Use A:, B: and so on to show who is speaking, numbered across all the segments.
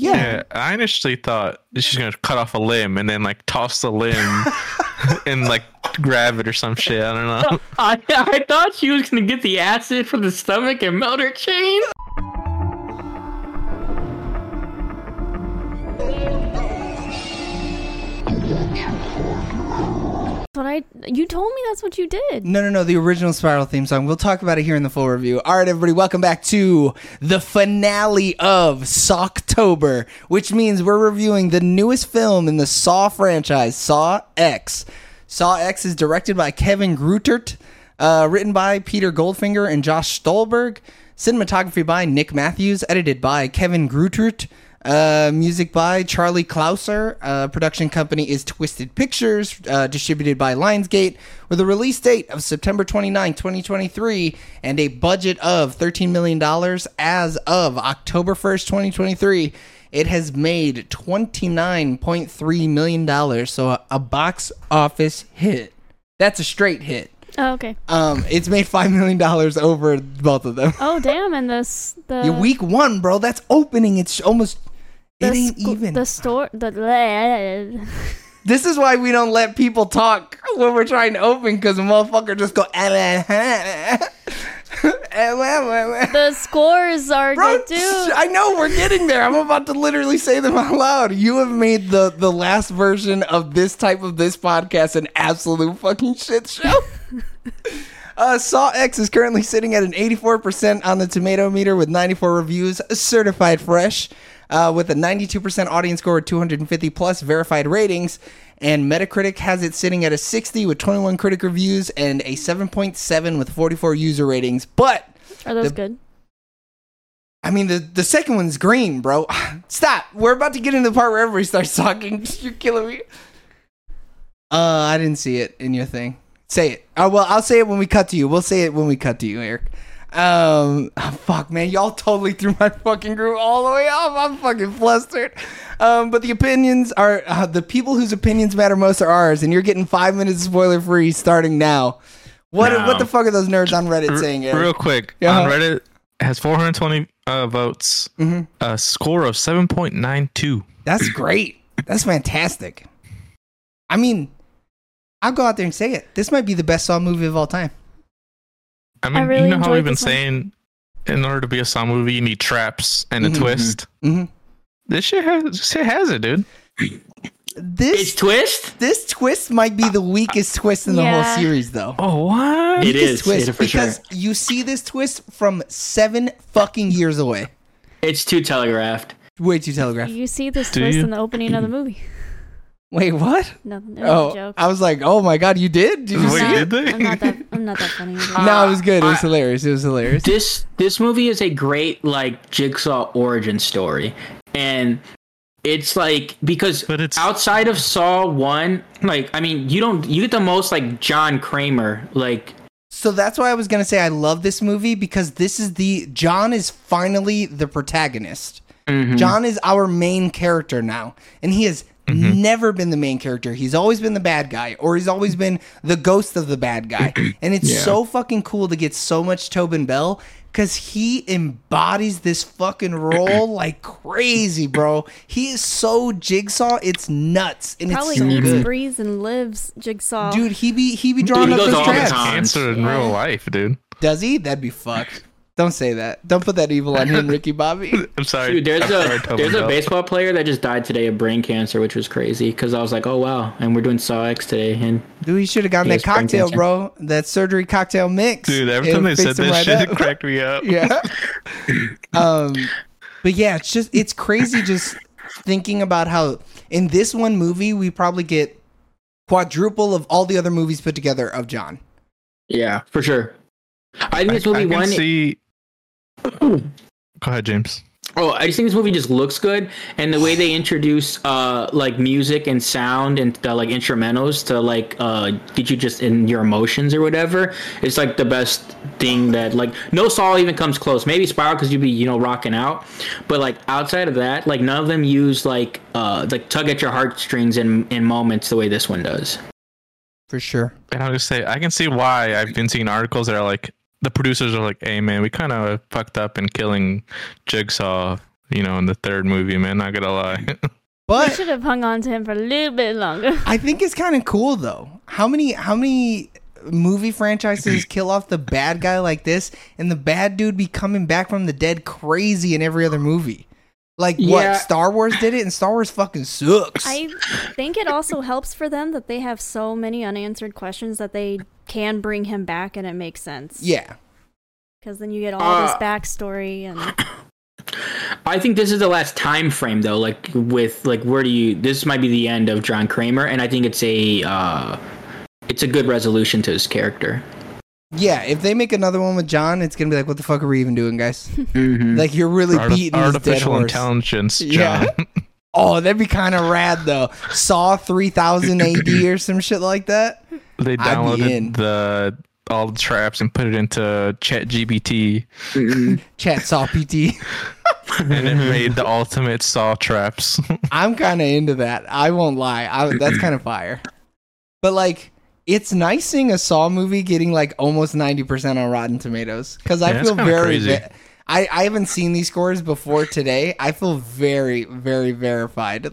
A: Yeah, I honestly thought she's gonna cut off a limb and then like toss the limb and like grab it or some shit. I don't know.
B: I, I thought she was gonna get the acid from the stomach and melt her chain.
C: That's what I. You told me that's what you did.
D: No, no, no. The original Spiral theme song. We'll talk about it here in the full review. All right, everybody, welcome back to the finale of Socktober, which means we're reviewing the newest film in the Saw franchise, Saw X. Saw X is directed by Kevin Grutert, uh, written by Peter Goldfinger and Josh Stolberg, cinematography by Nick Matthews, edited by Kevin Grutert. Uh, music by Charlie Clouser. Uh, production company is Twisted Pictures, uh, distributed by Lionsgate, with a release date of September 29, 2023, and a budget of $13 million as of October 1st, 2023. It has made $29.3 million, so a, a box office hit. That's a straight hit.
C: Oh, okay.
D: Um, it's made $5 million over both of them.
C: Oh damn! And this the
D: Yeah, week one, bro. That's opening. It's almost.
C: the
D: It ain't
C: sco-
D: even.
C: the store the.
D: This is why we don't let people talk when we're trying to open because the motherfucker just go. "Eh,
C: The scores are
D: Bro,
C: good too.
D: I know we're getting there. I'm about to literally say them out loud. You have made the the last version of this type of this podcast an absolute fucking shit show. Uh, Saw X is currently sitting at an 84% on the tomato meter with 94 reviews, certified fresh, uh, with a 92% audience score with 250 plus verified ratings. And Metacritic has it sitting at a 60 with 21 critic reviews and a 7.7 with 44 user ratings. But
C: Are those
D: the-
C: good?
D: I mean, the, the second one's green, bro. Stop. We're about to get into the part where everybody starts talking. You're killing me. Uh, I didn't see it in your thing. Say it. Oh, well, I'll say it when we cut to you. We'll say it when we cut to you, Eric. Um, oh, fuck, man. Y'all totally threw my fucking group all the way off. I'm fucking flustered. Um, but the opinions are uh, the people whose opinions matter most are ours, and you're getting five minutes spoiler free starting now. What
A: No.
D: what the fuck are those nerds on Reddit
A: R-
D: saying, Eric?
A: Real quick,
D: Yeah.
A: on Reddit it has 420 uh, votes,
D: Mm-hmm.
A: a score of 7.92.
D: That's great. That's fantastic. I mean, I'll go out there and say it. This might be the best Saw movie of all time.
A: I mean,
C: really
A: you know how
C: enjoyed
A: we've been
C: this one.
A: saying in order to be a Saw movie, you need traps and a
D: Mhm.
A: twist.
D: hmm
A: This shit has, this shit has it, dude.
B: It's
D: This
B: twist.
D: this twist might be the weakest twist in the
C: Yeah.
D: whole series, though.
A: Oh, what?
B: It is
D: twist
B: it- for sure.
D: because you see this twist from seven fucking years away.
B: It's too telegraphed.
D: Way too telegraphed.
C: You see this
A: Do
C: twist
A: you?
C: in the opening of the movie.
D: Wait, what?
C: Nothing. It was a
D: Oh,
C: joke.
D: I was like, oh my god, you did? Did you
A: Wait,
D: see
C: I'm not-
D: it?
A: did they?
C: I'm not that. I'm not that funny. either.
D: No, it was good. It was hilarious. It was hilarious.
B: This this movie is a great like jigsaw origin story, and it's like because
A: But it's-
B: outside of Saw One, like I mean, you don't you get the most like John Kramer like
D: So that's why I was gonna say I love this movie because this is the John is finally the protagonist.
B: Mm-hmm.
D: John is our main character now, and he has
B: Mm-hmm.
D: never been the main character. He's always been the bad guy, or he's always been the ghost of the bad guy. and it's so fucking cool to get so much Tobin Bell because he embodies this fucking role like crazy, bro. He is so jigsaw, it's nuts, and
C: Probably
D: it's so
C: eats,
D: good.
C: breathes, and lives jigsaw.
D: Dude, he be he be drawing
B: Mm-hmm. he
D: up
B: goes
D: those
B: all the
D: traps.
B: time.
A: Cancer in real life, dude.
D: Does he? That'd be fucked. Don't say that. Don't put that evil on him, Ricky Bobby.
A: I'm sorry.
B: Dude, there's
A: I'm sorry,
B: a
A: Tobin
B: there's a
A: Bell.
B: baseball player that just died today of brain cancer, which was crazy. Because I was like, oh wow, and we're doing Saw X today, and
D: Dude, he should have gotten
B: He
D: that
B: has brain
D: cocktail,
B: cancer.
D: bro. That surgery cocktail mix.
A: Dude, every
D: It'll
A: time they
D: fix
A: said
D: him
A: this
D: right
A: shit, it
D: up.
A: cracked me up.
D: yeah. um, but yeah, it's just it's crazy just thinking about how in this one movie we probably get quadruple of all the other movies put together of John.
B: yeah, for sure. I think
A: I, I
B: this movie
A: can
B: one
A: see. Go ahead, James.
B: Oh, I just think this movie just looks good, and the way they introduce uh like music and sound and the, like instrumentals to like uh get you just in your emotions or whatever. It's like the best thing that like no Saw even comes close. Maybe Spiral because you'd be you know rocking out, but like outside of that, like none of them use like uh like tug at your heartstrings in in moments the way this one does.
D: For sure.
A: and I'll just say I can see why I've been seeing articles that are like the producers are like, "Hey man, we kind of fucked up in killing Jigsaw you know, in the third movie, man. Not gonna lie.
C: I
D: But
C: should have hung on to him for a little bit longer.
D: I think it's kind of cool though. How many how many movie franchises kill off the bad guy like this and the bad dude be coming back from the dead crazy in every other movie? Like
B: Yeah.
D: what Star Wars did it and Star Wars fucking sucks.
C: I think it also helps for them that they have so many unanswered questions that they can bring him back and it makes sense.
D: yeah.
C: Because then you get all this
B: Uh,
C: backstory and
B: I think this is the last time frame though. Like with like where do you? This might be the end of John Kramer, and I think it's a uh, it's a good resolution to his character.
D: Yeah, if they make another one with John, it's gonna be like, what the fuck are we even doing, guys?
B: Hmm.
D: Like you're really
A: Arti-
D: beating this dead
A: artificial
D: horse.
A: intelligence,
D: Yeah.
A: John.
D: Oh, that'd be kind of rad though. Saw 3000 AD or some shit like that.
A: they
D: I'd be in.
A: downloaded the all the traps and put it into Chat GBT,
D: Chat Saw PT.
A: and it made the ultimate saw traps.
D: I'm kind of into that. I won't lie. I, that's kind of fire. But like, it's nice seeing a Saw movie getting like almost 90% on Rotten Tomatoes because I
A: Yeah, that's
D: feel
A: kinda
D: very.
A: crazy.
D: ve- I, I haven't seen these scores before today. I feel very, very verified.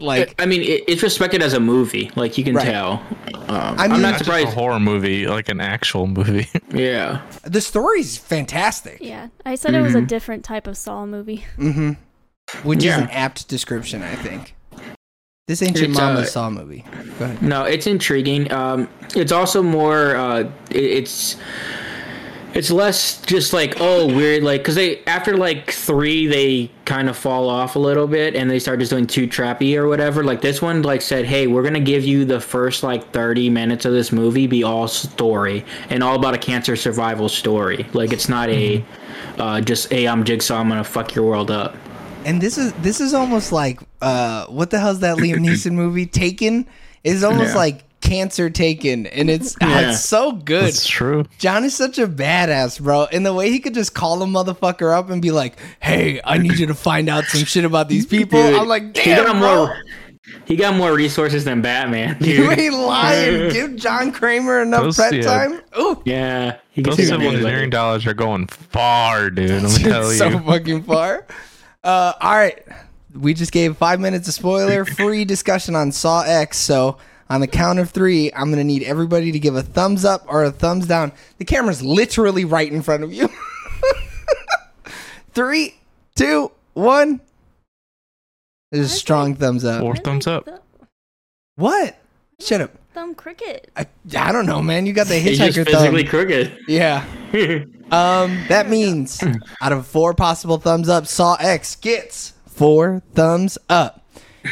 D: Like,
B: I mean, it, it's respected as a movie. Like you can
D: Right.
B: tell. Um, I am
D: mean- Not
B: not
A: Not just a
B: surprised.
A: horror movie, like an actual movie.
B: Yeah.
D: the story's fantastic, Mm-hmm.
C: yeah. I said it was a different type of Saw movie.
D: which
B: Yeah.
D: is an apt description, I think. This ancient
B: It's,
D: mama
B: uh,
D: Saw movie. Go ahead.
B: No, it's intriguing. Um, it's also more. Uh, it- it's it's less just like oh weird like because they after like three they kind of fall off a little bit and they start just doing too trappy or whatever. Like this one like said hey we're gonna give you the first like thirty minutes of this movie be all story and all about a cancer survival story. Like it's not a uh, just hey I'm Jigsaw I'm gonna fuck your world up.
D: And this is this is almost like uh what the hell's that Liam Neeson movie? Taken is almost
B: Yeah.
D: like cancer taken and it's oh,
B: Yeah.
D: it's so good.
A: It's true.
D: John is such a badass, bro. And the way he could just call a motherfucker up and be like, "Hey, I need you to find out some shit about these people." I'm like,
B: he got
D: "Damn, bro,
B: more he got more resources than Batman. Dude.
D: you ain't lying. Give John Kramer enough
A: Those,
D: prep
A: yeah.
D: time." Ooh,
B: Yeah, he
A: Those
B: to
A: civil
B: do it.
A: engineering dollars are going far, dude. Let me tell
D: it's so
A: you.
D: fucking far. Uh, all right, we just gave five minutes of spoiler-free discussion on Saw X. So on the count of three, I'm gonna need everybody to give a thumbs up or a thumbs down. The camera's literally right in front of you. three, two, one. There's a strong thumbs up.
A: Four
C: I
A: thumbs
C: like
A: up.
C: the-
D: What? Shut up.
C: Thumb cricket.
D: I, I don't know, man. You got the
B: He's just
D: hitchhiker
B: physically
D: thumb.
B: crooked.
D: Yeah. Um, that means out of four possible thumbs up, Saw X gets four thumbs up.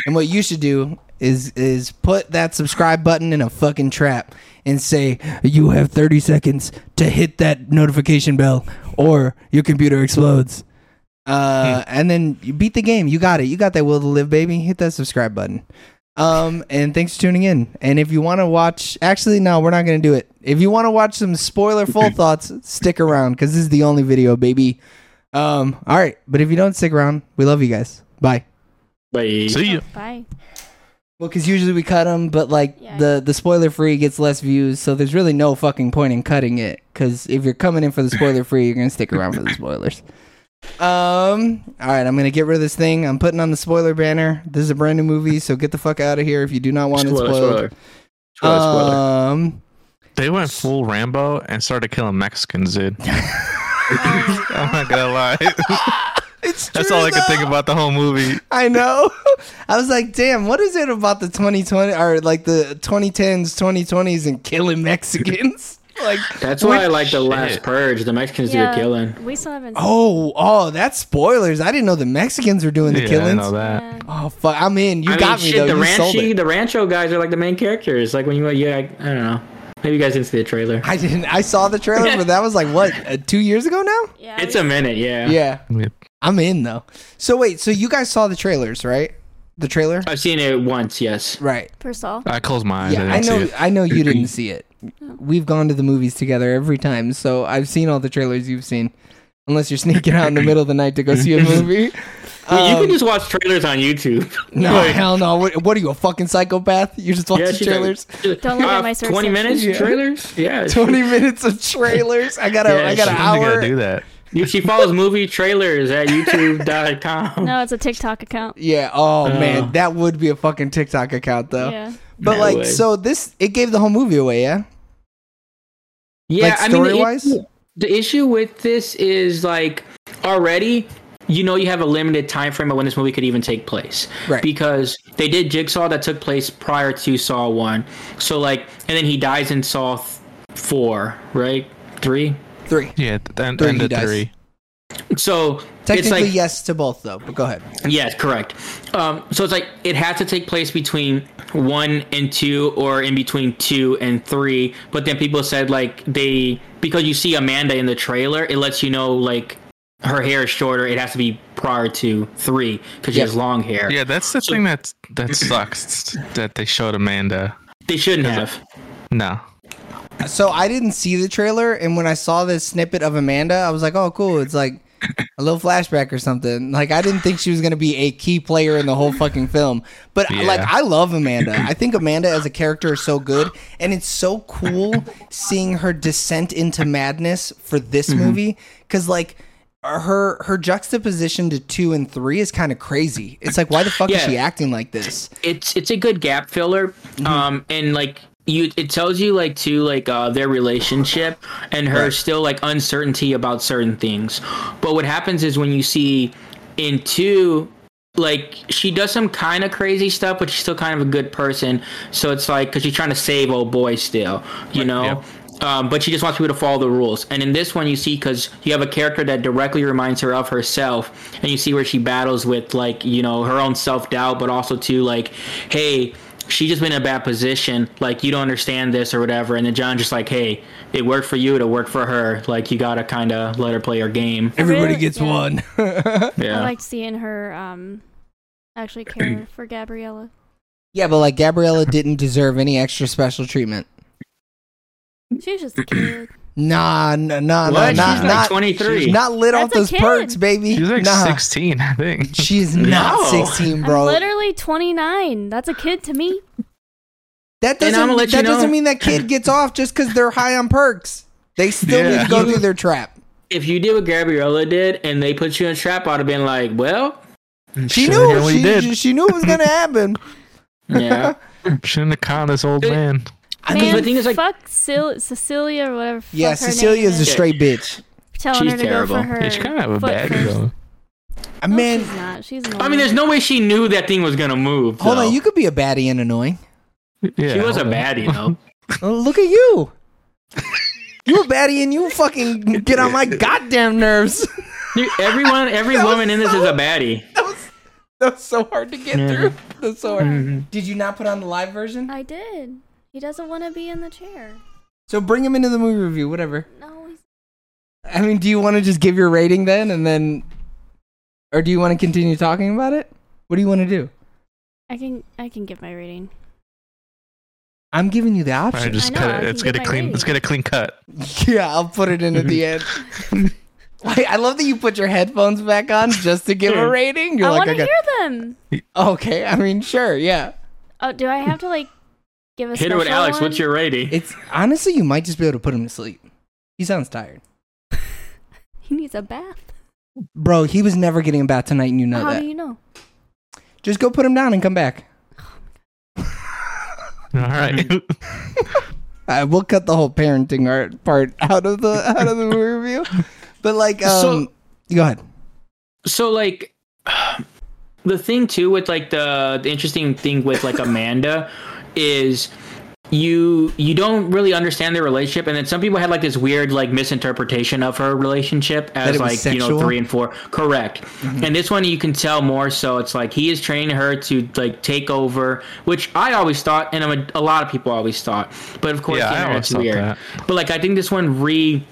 D: And what you should do is is put that subscribe button in a fucking trap and say you have 30 seconds to hit that notification bell or your computer explodes. Uh, and then you beat the game. You got it. You got that will to live, baby. Hit that subscribe button. Um, and thanks for tuning in. And if you want to watch, actually, no, we're not going to do it. If you want to watch some spoiler full thoughts, stick around because this is the only video, baby. Um, all right. But if you don't stick around, we love you guys. Bye.
B: But he-
A: See you.
C: Bye.
D: Well, because usually we cut them, but like
C: Yeah.
D: the the spoiler free gets less views, so there's really no fucking point in cutting it. Because if you're coming in for the spoiler free, you're gonna stick around for the spoilers. Um. All right, I'm gonna get rid of this thing. I'm putting on the spoiler banner. This is a brand new movie, so get the fuck out of here if you do not want it
B: spoiler,
D: spoiled.
B: spoiler, spoiler, spoiler.
D: Um.
A: They went full Rambo and started killing Mexicans, dude. I'm not gonna lie.
D: It's
A: That's
D: true,
A: all I could think
D: though.
A: about the whole movie.
D: I know. I was like, damn, what is it about the 2020 or like the 2010s, 2020s, and killing Mexicans? like,
B: That's why I like the
A: shit.
B: last purge. The Mexicans did a killing.
C: We still haven't seen
D: Oh, oh, that's spoilers. I didn't know the Mexicans were doing the
A: yeah, I
D: killings.
A: know that.
C: that.
D: Oh fuck, I'm in. You
B: I mean,
D: got me
B: shit,
D: though.
B: the
D: you sold
B: Ranchi,
D: it.
B: the Rancho guys are like the main characters. Like when you, yeah, I, I don't know. Maybe you guys didn't see the trailer.
D: I didn't. I saw the trailer, but that was like what uh, two years ago now.
C: Yeah,
B: It's
C: we-
B: a minute, yeah.
D: Yeah,
A: Yeah.
D: I'm in though. So wait, so you guys saw the trailers, right? The trailer,
A: Uh,
B: I've seen it once, yes.
D: right?
C: for Saw.
A: I closed my eyes.
D: Yeah, I,
A: I didn't
D: know.
A: see it.
D: I know you didn't see it. We've gone to the movies together every time, so I've seen all the trailers you've seen. Unless you're sneaking out in the middle of the night to go see a movie.
B: Well, you
D: Um,
B: can just watch trailers on YouTube.
D: No,
B: Like,
D: hell no. What, what are you, a fucking psychopath? You're just watching
B: yeah, she-
D: trailers.
C: Don't look
B: uh,
C: at my search
B: 20 minutes
D: section. Yeah.
B: trailers? Yeah.
D: 20 minutes of trailers. I got a,
B: Yeah,
D: I got an
A: Sometimes you
D: hour.
A: gotta do that.
B: You- She follows movie trailers at YouTube.com.
C: No, it's a TikTok account.
D: Yeah.
B: Uh,
D: Oh man, that would be a fucking TikTok account though.
C: Yeah.
D: But
B: That
D: like,
B: would.
D: so this it gave the whole movie away. Yeah.
B: Yeah,
D: Like,
B: I
D: story-wise?
B: mean, the, the issue with this is like already you know you have a limited time frame of when this movie could even take place
D: Right.
B: because they did jigsaw that took place prior to saw 1 so like and then he dies in saw th- 4 right 3
D: Three.
A: Yeah, th- and,
D: Three,
A: and the
D: he dies.
A: three.
B: so it's
D: Technically,
B: like
D: yes to both though. But go ahead.
B: Yes, correct. Um, so it's like it had to take place between one and two, or in between two and three. But then people said like they because you see Amanda in the trailer, it lets you know like her hair is shorter. It has to be prior to three because she
D: Yep.
B: has long hair.
A: Yeah, that's the thing that that sucks that they showed Amanda.
B: They shouldn't have.
A: No.
D: So I didn't see the trailer, and when I saw this snippet of Amanda, I was like, "Oh, cool! It's like a little flashback or something." Like I didn't think she was gonna be a key player in the whole fucking film, but
A: Yeah.
D: like I love Amanda. I think Amanda as a character is so good, and it's so cool seeing her descent into madness for this movie because like. Her her juxtaposition to two and three is kind of crazy. It's like why the fuck is
B: Yeah.
D: she acting like this?
B: It's it's a good gap filler. Um, and like you, it tells you like to like uh, their relationship and her
D: Right.
B: still like uncertainty about certain things. But what happens is when you see in two like she does some kind of crazy stuff but she's still kind of a good person so it's like because she's trying to save old boy still you know um, but she just wants people to follow the rules and in this one you see because you have a character that directly reminds her of herself and you see where she battles with like you know her own self-doubt but also too like hey she's just been in a bad position like you don't understand this or whatever and then john just like hey it worked for you to work for her like you gotta kind of let her play her game
D: Everybody
C: really-
D: gets
C: yeah.
D: one.
B: yeah
C: I liked seeing her um actually care for Gabriella.
D: yeah, but like Gabriella didn't deserve any extra special treatment.
C: She was just a kid.
D: Nah, no, no,
B: What?
D: no,
B: She's
D: not
B: like
D: not
B: 23.
D: not lit
C: That's
D: off
C: a
D: those
C: kid.
D: perks, baby.
A: She's like
D: nah,
A: 16, I think.
D: she's not
B: No.
D: sixteen, bro.
C: I'm literally 29. That's a kid to me.
D: that
B: And I'ma
D: doesn't
B: let
D: that
B: you know-
D: doesn't mean that kid gets off just because they're high on perks. They still need
A: Yeah.
D: to go through their trap.
B: if you did what Gabriella did and they put you in a trap, I'd have been like, well,
D: She
A: Should've
D: knew.
A: really
D: She,
A: did.
D: she, she knew it was gonna happen.
B: yeah.
A: Shouldn't have caught this old man.
B: I
C: Man,
B: mean, the thing is, like,
C: fuck Cil- Cecilia or whatever. the
D: Yeah,
C: fuck her name
D: Cecilia is a
C: is.
D: straight bitch.
C: telling
B: She's
C: her to
B: terrible.
C: go for her.
A: Yeah, she kind of have a
C: foot
A: bad
C: first.
A: though.
D: I
C: No,
D: mean,
C: she's not. She's
B: I mean, there's no way she knew that thing was gonna move.
D: hold
B: though.
D: on. You could be a baddie and annoying.
A: Yeah,
B: she was a
A: hold on.
B: baddie though.
D: Uh, Look at you. You a baddie and you fucking get on my goddamn nerves.
B: Dude, Everyone, every
D: That was
B: woman in this is a baddie.
D: that was that was so hard to get
B: Yeah.
D: through. That was so hard. Did you not put on the live version?
C: I did. He doesn't want to be in the chair.
D: So bring him into the movie review, whatever.
C: No, he's
D: I mean, do you want to just give your rating then, and then, or do you want to continue talking about it? What do you want to do?
C: I can I can give my rating.
D: I'm giving you the
A: All right,
D: option.
A: just
C: I know, I
A: cut it.
C: can
A: Let's
C: get
A: get a
C: my
A: clean.
C: rating.
A: Let's get a clean cut.
D: Yeah, I'll put it in at the end. Wait, I love that you put your headphones back on just to give a rating. You're
C: I
D: like,
C: want to
D: okay,
C: hear them.
D: okay. I mean, sure, yeah.
C: Oh, do I have to like give a
B: Hit her with
C: special
B: Alex.
C: one?
B: What's your rating?
D: It's honestly, you might just be able to put him to sleep. He sounds tired,
C: He needs a bath.
D: bro. He was never getting a bath tonight, and you know
C: How
D: that.
C: do you know?
D: Just go put him down and come back.
A: All right.
D: I will cut the whole parenting art part out of the out of the movie review. But like, um, go ahead.
B: so like the thing too with like the, the interesting thing with like amanda is you you don't really understand their relationship and then some people had like this weird like misinterpretation of her relationship as
D: it was
B: like you know
D: sexual?
B: three and four correct
A: Mm-hmm.
B: and this one you can tell more so it's like he is training her to like take over which i always thought and a, a lot of people always thought but of course
A: Yeah,
B: you
A: I
B: know,
A: always
B: it's
A: thought
B: weird
A: that.
B: but like i think this one re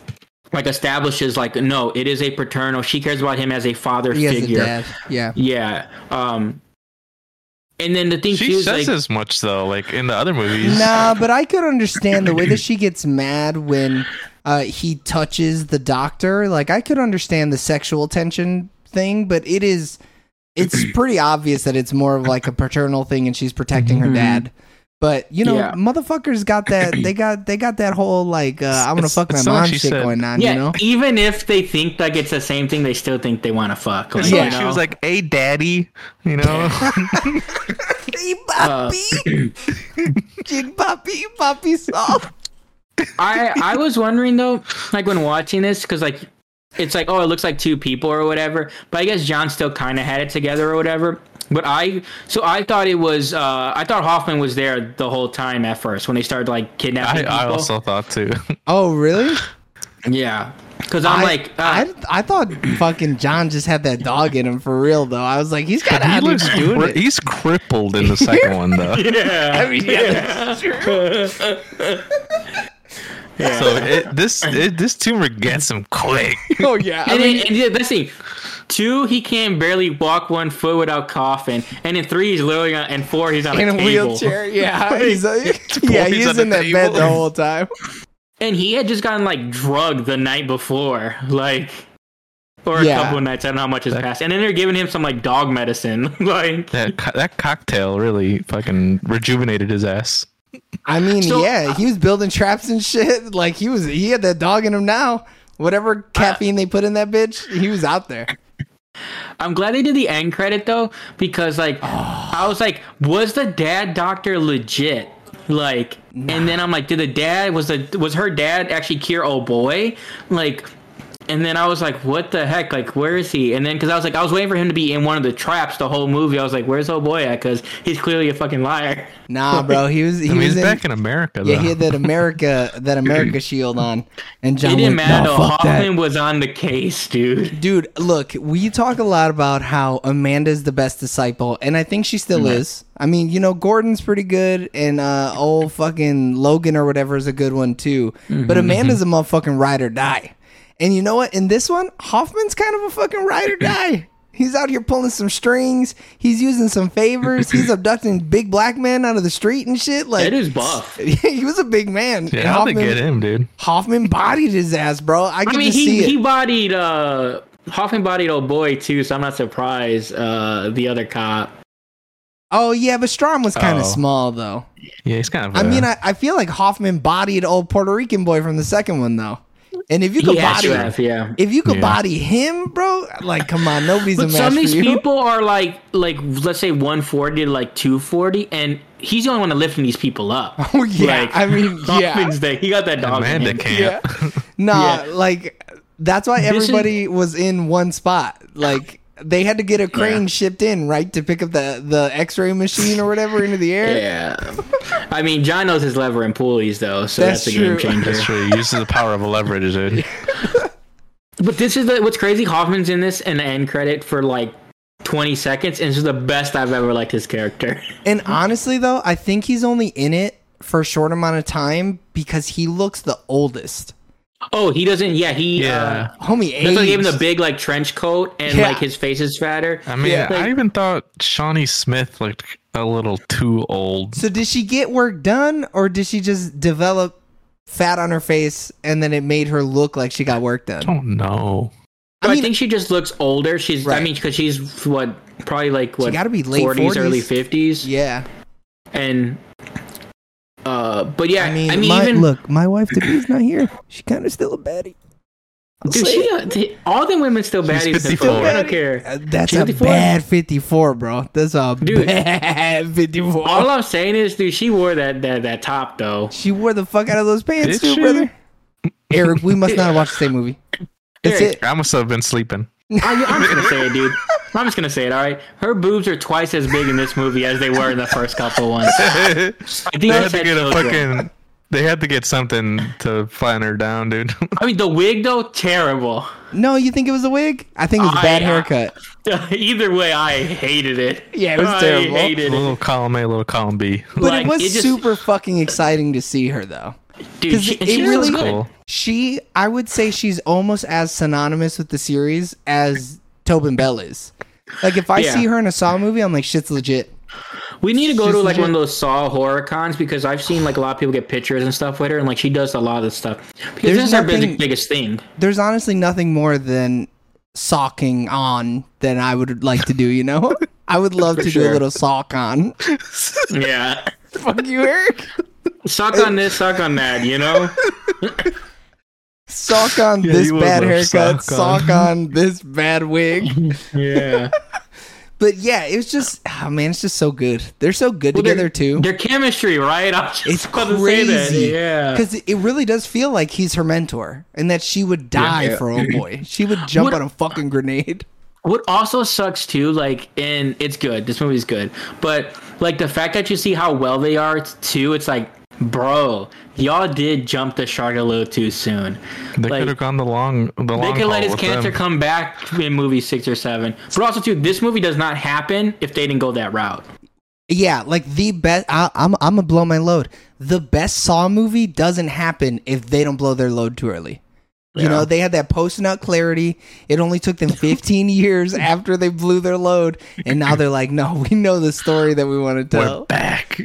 B: like establishes like no it is a paternal she cares about him as a father
D: He has a
B: figure
D: dad. Yeah.
B: yeah. Um and then the thing too
A: She
B: is
A: says
B: like
A: as much though, like in the other movies.
D: Nah, but I could understand the way that she gets mad when uh, he touches the doctor. Like, I could understand the sexual tension thing, but it
A: Mm-hmm.
D: is. It's pretty obvious that it's more of like a paternal thing, and she's protecting her dad. But you know,
B: Yeah.
D: motherfuckers got that. They got they got that whole like uh, I'm gonna
A: it's-
D: fuck my
A: it's not like
D: mom
A: she
D: shit
A: said-
D: going on.
B: Yeah,
D: You know,
B: even if they think like it's the same thing, they still think they want to fuck. Like,
A: It's
B: you
A: like she
B: know?
A: was like, "Hey, daddy," you know.
D: hey, papi, Jig papi, papi soft.
B: I I was wondering though, like when watching this, because like it's like oh, it looks like two people or whatever. But I guess John still kind of had it together or whatever. But I so I thought it was uh I thought Hoffman was there the whole time at first when they started like
A: I,
B: kidnapping
A: I
B: people.
A: also thought too.
D: Oh really?
B: yeah, because I'm
D: I-
B: like uh,
D: I, I thought fucking John just had that dog in him for real though. I was like, he's got
A: he
D: to
A: looks
D: doing
A: cri-
D: it.
A: he's crippled in the second one though.
B: yeah,
A: So it, this it, this tumor gets him quick.
D: Oh yeah, I
B: and,
D: mean,
B: then and then that's the thing. Two, he can barely walk one foot without coughing, and in three, he's literally on, and four, he's on
D: in a
B: table.
D: wheelchair. Yeah, he's uh, yeah,
A: boys
D: he's
A: on the
D: in that bed
A: table.
D: the whole time.
B: And he had just gotten like drugged the night before, like, or
D: Yeah.
B: a couple of nights. I don't know how much has passed. And then they're giving him some like dog medicine. like,
A: That co- that cocktail really fucking rejuvenated his ass.
D: I mean,
B: So-
D: yeah, he was building traps and shit. Like he was, he had that dog in him now. Whatever caffeine they put in that bitch, he was out there.
B: I'm glad they did the end credit though, because like, I was like, was the dad doctor legit? Like, and then I'm like, did the dad was the was her dad actually cure old boy? Like. And then I was like, "What the heck? Like, where is he?" And then, because I was like, I was waiting for him to be in one of the traps the whole movie. I was like, "Where's old boy at?" Because he's clearly a fucking liar.
D: Nah, bro, he was. He
A: I mean,
D: was
A: he's
D: in,
A: back in America though.
D: Yeah, he had that America, that America shield on, and John.
B: It didn't
D: went,
B: matter.
D: "Nah,
B: though.
D: fuck that."
B: Hoffman was on the case, dude.
D: Dude, look, we talk a lot about how Amanda's the best disciple, and I think she still is. I mean, you know, Gordon's pretty good, and uh, old fucking Logan or whatever is a good one too. But Amanda's a motherfucking ride or die. And you know what? In this one, Hoffman's kind of a fucking ride or die. He's out here pulling some strings. He's using some favors. He's abducting big black men out of the street and shit. Like
B: It is buff.
D: he was a big man. and
A: yeah, how'd they get him, dude?
D: Hoffman bodied his ass, bro. I can
B: I mean,
D: just see
B: he,
D: it.
B: he bodied uh Hoffman bodied old boy too, so I'm not surprised. Uh, the other cop.
D: Oh yeah, but Strom was kind of
A: Oh.
D: small though.
A: Yeah, he's kind of.
D: I
A: a-
D: mean, I, I feel like Hoffman bodied old Puerto Rican boy from the second one though. And if you could
B: He had
D: body,
B: to have, yeah.
D: if you could
A: Yeah.
D: body him, bro, like come on, nobody's a
B: But
D: match
B: some of these
D: for you.
B: people are like like let's say 140 to like 240, and he's the only one lifting these people up.
D: Oh, yeah,
B: Like,
D: I mean, yeah.
B: Hoffman's there. He got that dog. in
A: Amanda
B: him.
A: can't.
D: nah,
B: Yeah.
D: like that's why
B: is-
D: everybody was in one spot. Like they had to get a crane shipped in right to pick up the the X ray machine or whatever into the air.
B: Yeah. I mean, John knows his lever and pulleys though, so
D: That's
B: that's, a game
D: true.
B: changer.
A: That's true. He uses the power of a leverage, dude.
B: But this is the, what's crazy. Hoffman's in this and the end credit for like 20 seconds, and this is the best I've ever liked his character.
D: And honestly, though, I think he's only in it for a short amount of time because he looks the oldest.
B: Oh, he doesn't. Yeah, he.
A: Yeah.
B: Uh,
D: Homie,
B: that's why they gave him
D: aged.
B: the big like trench coat, and
D: Yeah.
B: like his face is fatter.
A: I mean,
D: Yeah.
A: I even thought Shawnee Smith looked a little too old.
D: So did she get work done or did she just develop fat on her face and then it made her look like she got work done?
A: I don't know.
B: I,
D: mean-
B: think she just looks older. She's.
D: Right.
B: I mean, because she's what probably like what
D: gotta be late 40s.
B: early fifties,
D: Yeah.
B: and. Uh, but yeah,
D: I mean, my,
B: even
D: look, my wife to be's not here. She kind of still a baddie. I'll
B: dude,
D: say
B: she,
D: it.
B: uh, th- all them women still
A: She's
B: baddies. in the
A: 54.
B: film. I don't
D: Baddie.
B: care.
D: Uh, That's
B: She's
D: a
B: 54.
D: bad 54, bro. That's a
B: Dude.
D: bad 54.
B: All I'm saying is, dude, she wore that that, that top though.
D: she wore the fuck out of those pants,
A: Did
D: too,
A: she?
D: brother. Eric, we must not have watched the same movie. That's
B: Eric,
D: it.
A: I must have been sleeping.
B: I, I'm just gonna say it, dude. I'm just gonna say it. All right, her boobs are twice as big in this movie as they were in the first couple ones.
A: they
B: I think
A: had
B: that's
A: to get a
B: children.
A: fucking. They had to get something to flatten her down, dude.
B: I mean, the wig though, terrible.
D: No, you think it was a wig? I think it was a bad
B: I- uh, I-
D: haircut.
B: Either way, I hated it.
D: Yeah, it was
B: I
D: terrible.
A: a
B: Hated it.
A: little column A, a little column B.
D: But
B: Like,
D: it was
B: it just-
D: super fucking exciting to see her though.
B: Dude,
D: 'Cause
B: she,
D: it
B: she
D: really-
B: really good.
A: Cool.
D: She, I would say, she's almost as synonymous with the series as Tobin Bell is. Like if I
B: Yeah.
D: see her in a Saw movie, I'm like, shit's legit.
B: We need to go
D: She's
B: to like
D: legit.
B: one of those Saw horror cons because I've seen like a lot of people get pictures and stuff with her, and like she does a lot of this stuff. Because
D: There's
B: this is her
D: nothing-
B: big, biggest thing.
D: There's honestly nothing more than socking on than I would like to do. You know, I would love to do a
B: sure.
D: little sock on.
B: Yeah.
D: Fuck you, Eric.
B: Suck on this, suck on that, you know?
D: Sock on
A: Yeah,
D: this
A: you would
D: bad
A: wear
D: haircut.
A: sock on.
D: Sock on this bad wig.
B: Yeah.
D: But yeah, it was just oh man, it's just so good. They're so good
B: Well, they're-
D: together too.
B: Their chemistry, right? I'm just
D: It's
B: about to say that,
D: crazy.
B: Yeah.
D: Because it really does feel like he's her mentor, and that she would die
B: Yeah.
D: for old boy. She would jump
B: What-
D: on a fucking grenade.
B: What also sucks too, like, and it's good. This movie's good, but like the fact that you see how well they are t- too, it's like, bro, y'all did jump the shark a little too soon.
A: They
B: Like,
A: could have gone the long, the long.
B: They could
A: haul
B: let his
A: with
B: cancer
A: them.
B: come back in movie six or seven. But also too, this movie does not happen if they didn't go that route.
D: Yeah, like the best. I, I'm I'm gonna blow my load. The best Saw movie doesn't happen if they don't blow their load too early. You know, they had that post nut clarity. It only took them 15 years after they blew their load, and now they're like, "No, we know the story that we want to tell."
A: We're back.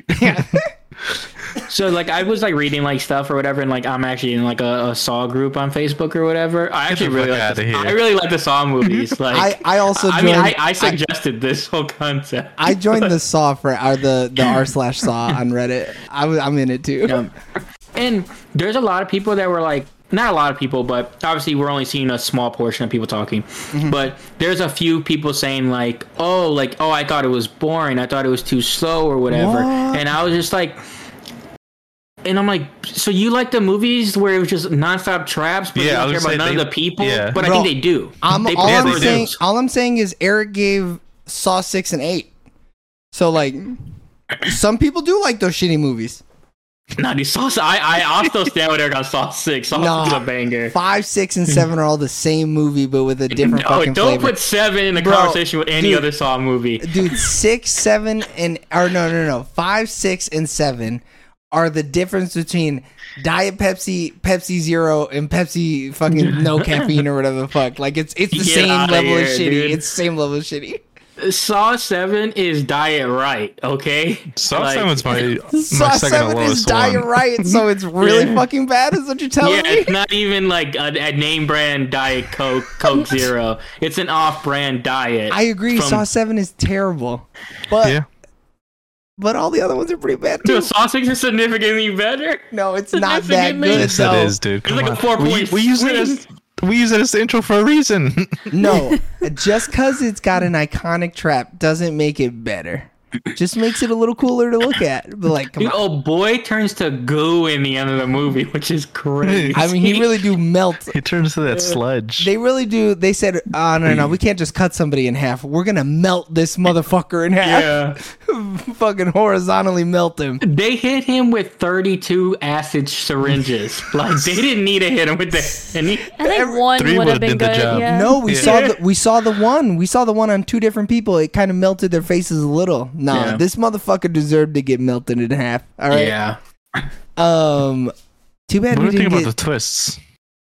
B: So like I was like reading like stuff or whatever, and like I'm actually in like a, a Saw group on Facebook or whatever. I actually
A: the
B: really
A: fuck
B: like
A: outta
B: the,
A: here.
B: I really like the Saw movies. Like
D: I I also
B: I
D: joined.
B: mean, I,
D: I,
B: I suggested this whole concept.
D: joined the Saw for or the the r slash Saw on Reddit. I, am in it too.
B: And there's a lot of people that were like, not a lot of people, but obviously we're only seeing a small portion of people talking.
D: Mm-hmm.
B: But there's a few people saying like, oh, like oh, I thought it was boring. I thought it was too slow or whatever.
D: What?
B: And I was just like. And I'm like, so you like the movies where it was just nonstop traps, but
A: Yeah, I
B: you
A: was
B: don't
A: gonna
B: care about none
A: say
B: of
A: they-
B: the people?
A: yeah.
B: But
D: Bro,
B: I think they do.
D: I'm
B: they
D: all
A: Yeah,
B: prefer
D: I'm
A: they do.
D: saying.
B: those.
D: All I'm saying is Eric gave Saw six and eight. So like, some people do like those shitty movies.
B: Nah, dude, Saw, I, I, I'll still stand with Eric on Saw 6. Saw
D: Nah.
B: 6 is a banger.
D: Five, six, and seven are all the same movie, but with a different
B: No,
D: fucking
B: don't
D: flavor.
B: put 7 in the
D: Bro,
B: conversation with any
D: dude.
B: other Saw movie.
D: dude six seven and or no no no five six and seven are the difference between diet pepsi pepsi zero and pepsi fucking no caffeine or whatever the fuck like it's it's the
B: Get
D: same
B: outta
D: level of
B: here,
D: shitty
B: dude.
D: it's the same level of shitty
B: Saw Seven is diet right, okay?
A: Saw
B: Like,
A: Seven's my my
D: Saw
A: second to
D: seven is
A: lowest
D: diet
A: one.
D: right so it's really
B: Yeah.
D: fucking bad is what
B: Yeah,
D: you're telling
B: it's
D: me
B: not even like a, a name brand diet Coke, Coke Zero. It's an off-brand diet.
D: I agree
B: From-
D: Saw seven is terrible but
A: Yeah,
D: but all the other ones are pretty bad too
B: Dude, Saw Six is significantly better.
D: no it's not that
B: Significantly-
D: good
A: yes it
D: though.
A: is, dude. Come
B: like a
A: on.
B: four
A: we,
B: point
A: we use it as we use it as the intro for a reason.
D: No, just because it's got an iconic trap doesn't make it better. Just makes it a little cooler to look at. But like, come
B: Dude,
D: on.
B: oh boy, turns to goo in the end of the movie, which is crazy.
D: I mean, he really do melt.
A: it turns to that sludge.
D: They really do. They said, "Oh no, no, we can't just cut somebody in half. We're gonna melt this motherfucker in half.
B: yeah.
D: Fucking horizontally melt him."
B: They hit him with 32 acid syringes. like they didn't need to hit him with that. And he,
C: I think one
A: three
C: would
A: would've
C: have been
A: did the
C: good.
A: job.
C: Yeah.
D: No, we
A: Yeah.
D: saw the we saw the one. We saw the one on two different people. It kind of melted their faces a little. Nah,
B: Yeah.
D: this motherfucker deserved to get melted in half. All right.
B: yeah.
D: Um. Too
A: What
D: bad
A: do
D: we
A: you think
D: didn't
A: about
D: get
A: the twists?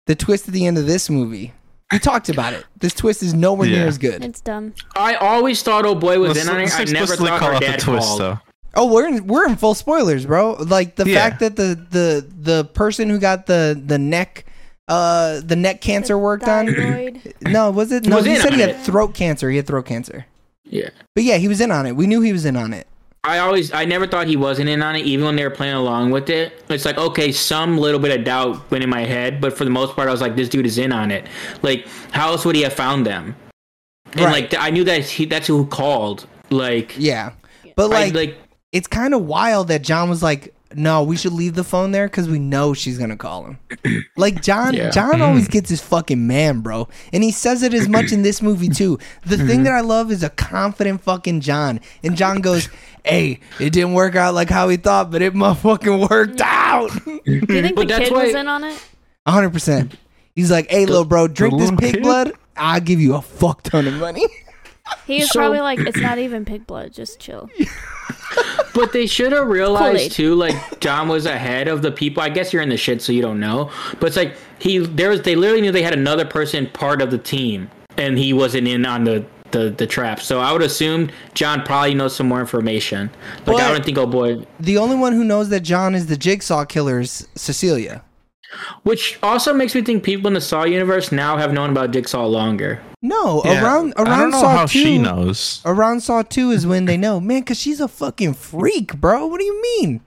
D: the twist at the end of this movie. We talked about it. This twist is nowhere near
A: Yeah.
D: as good.
C: It's dumb.
B: I always thought oh boy was
A: Let's-
B: in on it.
A: let's
B: I never
A: explicitly
B: thought
A: call
B: her
A: out the
B: dad
A: twist
B: called.
A: though.
D: Oh, we're in we're in full spoilers, bro. Like the
A: Yeah.
D: fact that the the the person who got the the neck uh the neck cancer worked on.
C: Thyroid.
D: No, was it? No,
B: Was
D: he
B: in
D: said he
B: on
D: had
B: it.
D: throat cancer. He had throat cancer.
B: Yeah.
D: But yeah, he was in on it. We knew he was in on it.
B: I always, I never thought he wasn't in on it, even when they were playing along with it. It's like, okay, some little bit of doubt went in my head, but for the most part, I was like, this dude is in on it. Like, how else would he have found them? And
D: Right.
B: like, th- I knew that he, that's who called. Like,
D: Yeah. But
B: like,
D: like,
B: I, like,
D: it's kind of wild that John was like, "No, we should leave the phone there because we know she's gonna call him." like John,
B: Yeah.
D: John always gets his fucking man, bro, and he says it as much in this movie too. The thing
A: Mm-hmm.
D: that I love is a confident fucking John, and John goes, "Hey, it didn't work out like how we thought, but it motherfucking worked out."
C: Do you think
B: But
C: the
B: that's
C: kid
B: why-
C: was in on it?
D: hundred percent. He's like, "Hey, little bro, drink this
A: little
D: pig
A: kid?
D: blood. I'll give you a fuck ton of money."
C: He is
B: So-
C: probably like, it's not even pig blood. Just chill.
B: but they should have realized
C: Kool-Aid.
B: too, like, John was ahead of the people. I guess you're in the shit, so you don't know. But it's like, he, there was, they literally knew they had another person part of the team, and he wasn't in on the, the, the trap. So I would assume John probably knows some more information. Like, I
D: But-
B: don't think, oh boy,
D: the only one who knows that John is the jigsaw killer is Cecilia.
B: Which also makes me think people in the Saw universe now have known about Jigsaw longer.
D: No,
A: Yeah,
D: around around
A: I don't know
D: Saw
A: how
D: two.
A: she knows.
D: Around Saw Two is when they know, man, because she's a fucking freak, bro. What do you mean?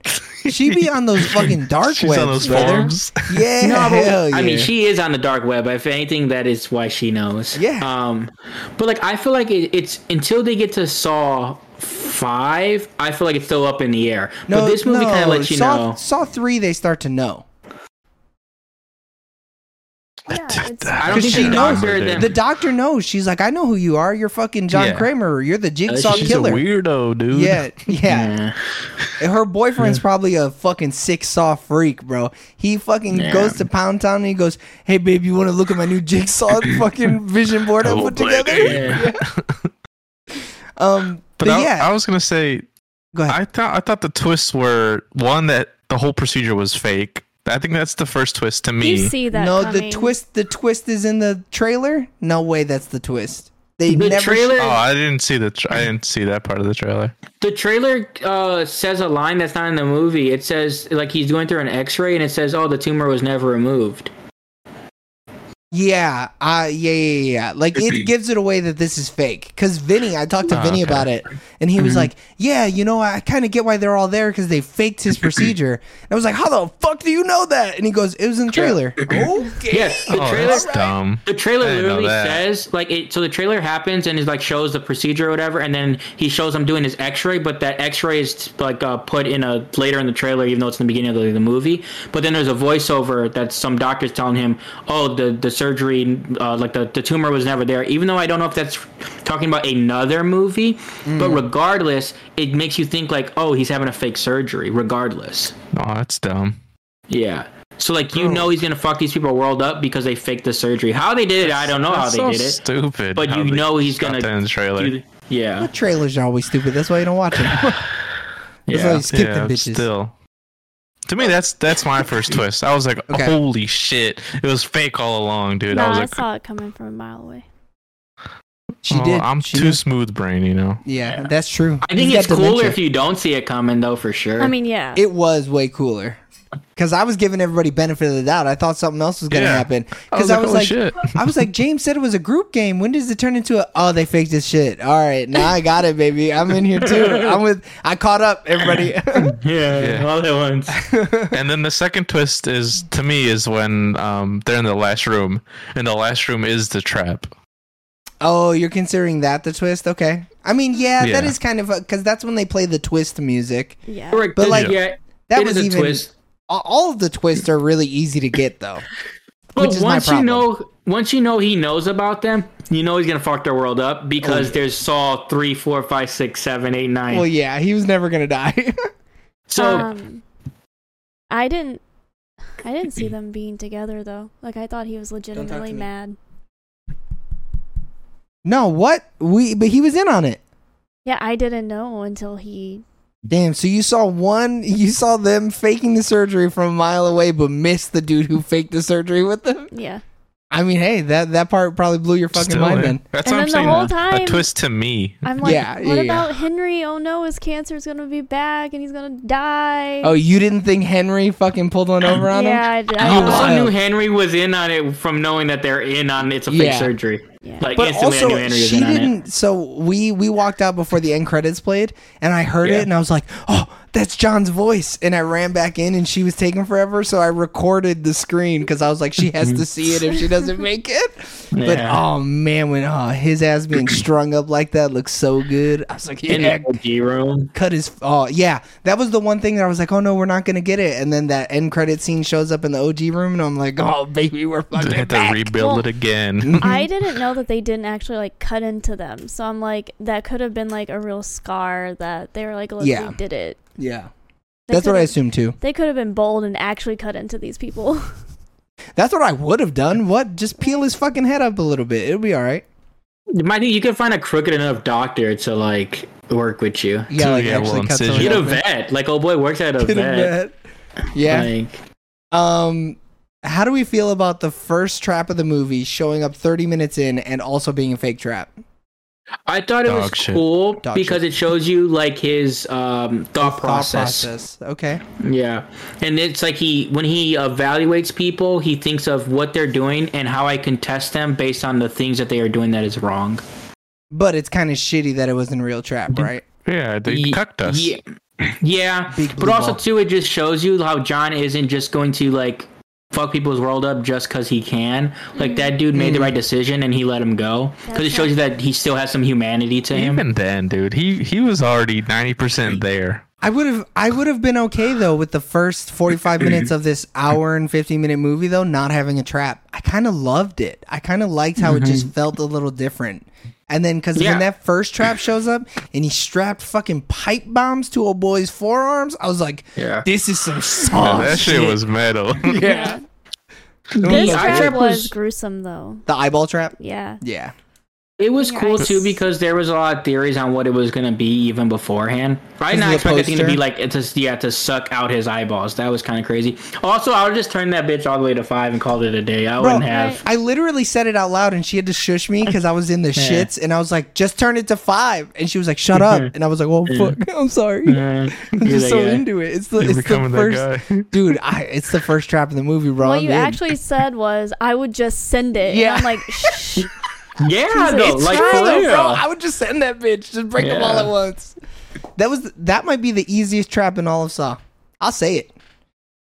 D: She be on those fucking dark
A: She's
D: webs,
A: on those
D: brother.
A: forums.
D: Yeah,
B: No, but-
D: hell yeah.
B: I mean, she is on the dark web. If anything, that is why she knows.
D: Yeah.
B: Um, but like, I feel like it, it's until they get to Saw Five, I feel like it's still up in the air.
D: no,
B: but this movie
D: no,
B: kind of lets you
D: Saw,
B: know.
D: Saw Three, they start to know.
C: Yeah, it's,
B: I don't think
D: she
B: she
D: knows
B: knows her.
A: dude.
B: Then
D: The doctor knows. She's like, I know who you are. You're fucking John
A: Yeah.
D: Kramer. You're the jigsaw
B: Uh, she's
A: She's
D: killer.
A: a weirdo, dude.
D: yeah, yeah.
B: Yeah.
D: Her boyfriend's probably a fucking sick saw freak, bro. He fucking
B: Yeah.
D: goes to Pound Town and he goes, "Hey, babe, you want to look at my new jigsaw fucking vision board I
A: Oh,
D: put
A: Black
D: together?"
A: Ape.
B: Yeah.
D: Um, but,
A: But I,
D: yeah, Uh.
A: I was gonna say,
D: go ahead.
A: I thought I thought the twists were one that the whole procedure was fake. I think that's the first twist to me.
C: you see that
D: no, the
C: coming.
D: twist. The twist is in the trailer. No way, that's the twist. They
B: The
D: never.
B: trailer.
A: oh, I didn't see the tra- I didn't see that part of the trailer.
B: The trailer uh, says a line that's not in the movie. It says like he's going through an X-ray, and it says, "Oh, the tumor was never removed."
D: Yeah, uh, yeah, yeah, yeah. Like it gives it away that this is fake. Because Vinny, I talked to
A: Ah,
D: Vinny
A: okay. Mm-hmm.
D: about it, and he was like, "Yeah, you know, I kind of get why they're all there because they faked his procedure." And I was like, "How the fuck do you know that?" And he goes, "It was in the trailer." okay.
B: Yeah, the
A: oh,
B: trailer.
A: that's dumb.
B: The trailer
A: I didn't know
B: literally
A: that.
B: says like it. So the trailer happens and it like shows the procedure or whatever, and then he shows him doing his X-ray. But that X-ray is like uh, put in a later in the trailer, even though it's in the beginning of the, the movie. But then there's a voiceover that some doctors telling him, "Oh, the the surgery, uh, like the the tumor was never there." Even though I don't know if that's talking about another movie,
A: Mm.
B: but regardless, it makes you think like, "Oh, he's having a fake surgery." Regardless,
A: No, that's dumb.
B: yeah. So like you know he's gonna fuck these people world up because they faked the surgery. How they did it, I don't know how
A: that's
B: they
A: so
B: did it.
A: Stupid.
B: But
A: how
B: you
A: they
B: know he's
A: shot
B: gonna
A: that in the trailer.
B: do the- yeah.
D: Trailers are always stupid. That's why you don't watch them. That's why
B: Yeah.
D: you skip
A: yeah,
D: the
A: but
D: bitches.
A: still. To me, that's that's my first twist. I was like,
D: Okay.
A: "Holy shit! It was fake all along, dude."
C: No,
A: I was
C: I
A: like,
C: saw it coming from a mile away.
D: she
A: "Oh,
D: did.
A: I'm
D: she
A: too
D: did.
A: smooth brain, you know.
D: Yeah, that's true.
B: I think
D: He's
B: it's
D: got
B: cooler
D: dementia.
B: if you don't see it coming though for sure.
C: I mean, yeah.
D: It was way cooler. Because I was giving everybody benefit of the doubt. I thought something else was going to
A: Yeah.
D: happen.
A: I was
D: Because I
A: like, "Oh,
D: was
A: "Holy
D: like,
A: shit."
D: I was like, James said it was a group game. When does it turn into a? Oh, they faked this shit. All right, now I got it, baby. I'm in here too. I'm with. I caught up, everybody.
B: yeah,
A: Yeah.
B: all at once.
A: And then the second twist is to me is when um, they're in the last room, and the last room is the trap.
D: oh, you're considering that the twist? Okay. I mean, yeah, that
A: Yeah.
D: is kind of because that's when they play the twist music.
C: yeah.
B: Correct.
D: But,
B: But
D: like,
B: like yeah,
D: That
B: it
D: was
B: is a
D: even.
B: twist.
D: All, all of the twists are really easy to get though.
B: But
D: which is my
B: once you
D: problem.
B: know once you know he knows about them, you know he's gonna fuck their world up because there's Saw three, four, five, six, seven, eight, nine.
D: Oh. Well, yeah, he was never gonna die.
B: so
C: um, I didn't. I didn't see them being together though. Like I thought he was legitimately
D: me.
C: mad.
D: no, what we? But he was in on it.
C: Yeah, I didn't know until he.
D: Damn, so you saw one, you saw them faking the surgery from a mile away, but missed the dude who faked the surgery with them?
C: Yeah,
D: I mean, hey, that, that part probably blew your fucking
A: Still,
D: mind
A: yeah.
D: then.
A: That's
C: And
A: what I'm
C: then the
A: saying.
C: whole
A: a-
C: time-
A: a twist to me.
C: I'm like,
D: Yeah,
C: what
D: yeah, yeah.
C: about Henry? Oh no, his cancer is gonna be back and he's gonna die.
D: Oh, you didn't think Henry fucking pulled one over on him? Oh,
C: yeah, I, I
D: You
B: I
C: know.
B: also
D: wild.
B: knew Henry was in on it from knowing that they're in on it's a fake
D: Yeah.
B: surgery.
C: Yeah.
B: Like
D: But
B: instantly I knew
D: also,
B: Henry was
D: she
B: in on it.
D: didn't. So we we walked out before the end credits played, and I heard
B: Yeah.
D: it, and I was like, "Oh, that's John's voice!" And I ran back in, and she was taking forever, so I recorded the screen because I was like, "She has to see it if she doesn't make it." But
B: Yeah.
D: oh man, when oh, his ass being strung up like that looks so good, I was like,
B: In
D: "Yeah,
B: the OG room.
D: cut his oh yeah that was the one thing that i was like oh no we're not gonna get it and then that end credit scene shows up in the og room and i'm like oh baby we're
A: They
D: fucking
A: had to
D: back.
A: rebuild
C: Well-
A: it
D: Mm.
A: again.
C: I didn't know that they didn't actually like cut into them. So I'm like, that could have been like a real scar that they were like, look,
D: Yeah.
C: we did it.
D: yeah
C: They
D: that's what i
C: could've-
D: assumed too
C: They could have been bold and actually cut into these people.
D: that's what i would have done what just peel his fucking head up a little bit it'll be all right
B: I think you can find a crooked enough doctor to like work with you.
D: yeah
A: So,
D: like
A: yeah, well,
D: actually cut
A: incision.
D: someone
B: Get a
D: open.
B: vet. Like old boy works at a
D: Get a
B: vet.
D: vet. yeah
B: Like
D: um how do we feel about the first trap of the movie showing up 30 minutes in and also being a fake trap
B: I thought it was
A: Dog shit.
B: cool
D: Dog
B: because
D: shit.
B: it shows you like his um, thought, process.
D: process. Okay.
B: Yeah, and it's like he when he evaluates people, he thinks of what they're doing and how I can test them based on the things that they are doing that is wrong.
D: But it's kind of shitty that it was in real trap, right?
A: Yeah, they
B: Ye-
A: cucked us.
B: Yeah, yeah.
D: Big
B: but
D: blue
B: also
D: ball.
B: too, it just shows you how John isn't just going to like fuck people's world up just because he can. Like that dude
D: Mm.
B: made the right decision and he let him go because it
C: Mm. That's
B: shows you that he still has some humanity to him.
A: Even then, dude, he he was already ninety percent there.
D: I would have I would have been okay though with the first 45 minutes of this hour and 50 minute movie though not having a trap. I kind of loved it. I kind of liked how it just felt a little different. And then cuz
B: Yeah.
D: when that first trap shows up and he strapped fucking pipe bombs to old boy's forearms, I was like,
B: Yeah.
D: this is some sauce.
A: that shit was metal.
D: yeah.
C: This
B: eye
C: trap
B: trap
C: was
B: was-
C: gruesome though.
D: The eyeball trap?
C: Yeah.
D: Yeah.
B: It was cool
C: Yikes.
B: too because there was a lot of theories on what it was going to be even beforehand. I did
D: Because of
B: not
D: the
B: expect the thing to
D: poster?
B: be like it's just yeah to suck out his eyeballs. That was kind of crazy. Also, I would just turn that bitch all the way to five and called it a day. I wouldn't have.
D: I literally said it out loud and she had to shush me because I was in the shits and I was like, just turn it to five. And she was like, shut up. And I was like, well, fuck, I'm sorry.
B: Mm,
D: I'm
B: you're
D: just
B: that
D: so
B: guy.
D: into it. It's the,
A: You're
D: it's the
A: becoming that
D: first, dude. I, it's the first trap in the movie, bro.
C: What
D: I'm
C: you
D: in.
C: actually said was, "I would just send it."
D: Yeah.
C: Yeah. And I'm like, shh.
B: Yeah, though,
D: it's
B: like
D: true,
B: for
D: though,
B: real.
D: bro. I would just send that bitch, just break them all
B: Yeah.
D: at once. That was that might be the easiest trap in all of Saw. I'll say it,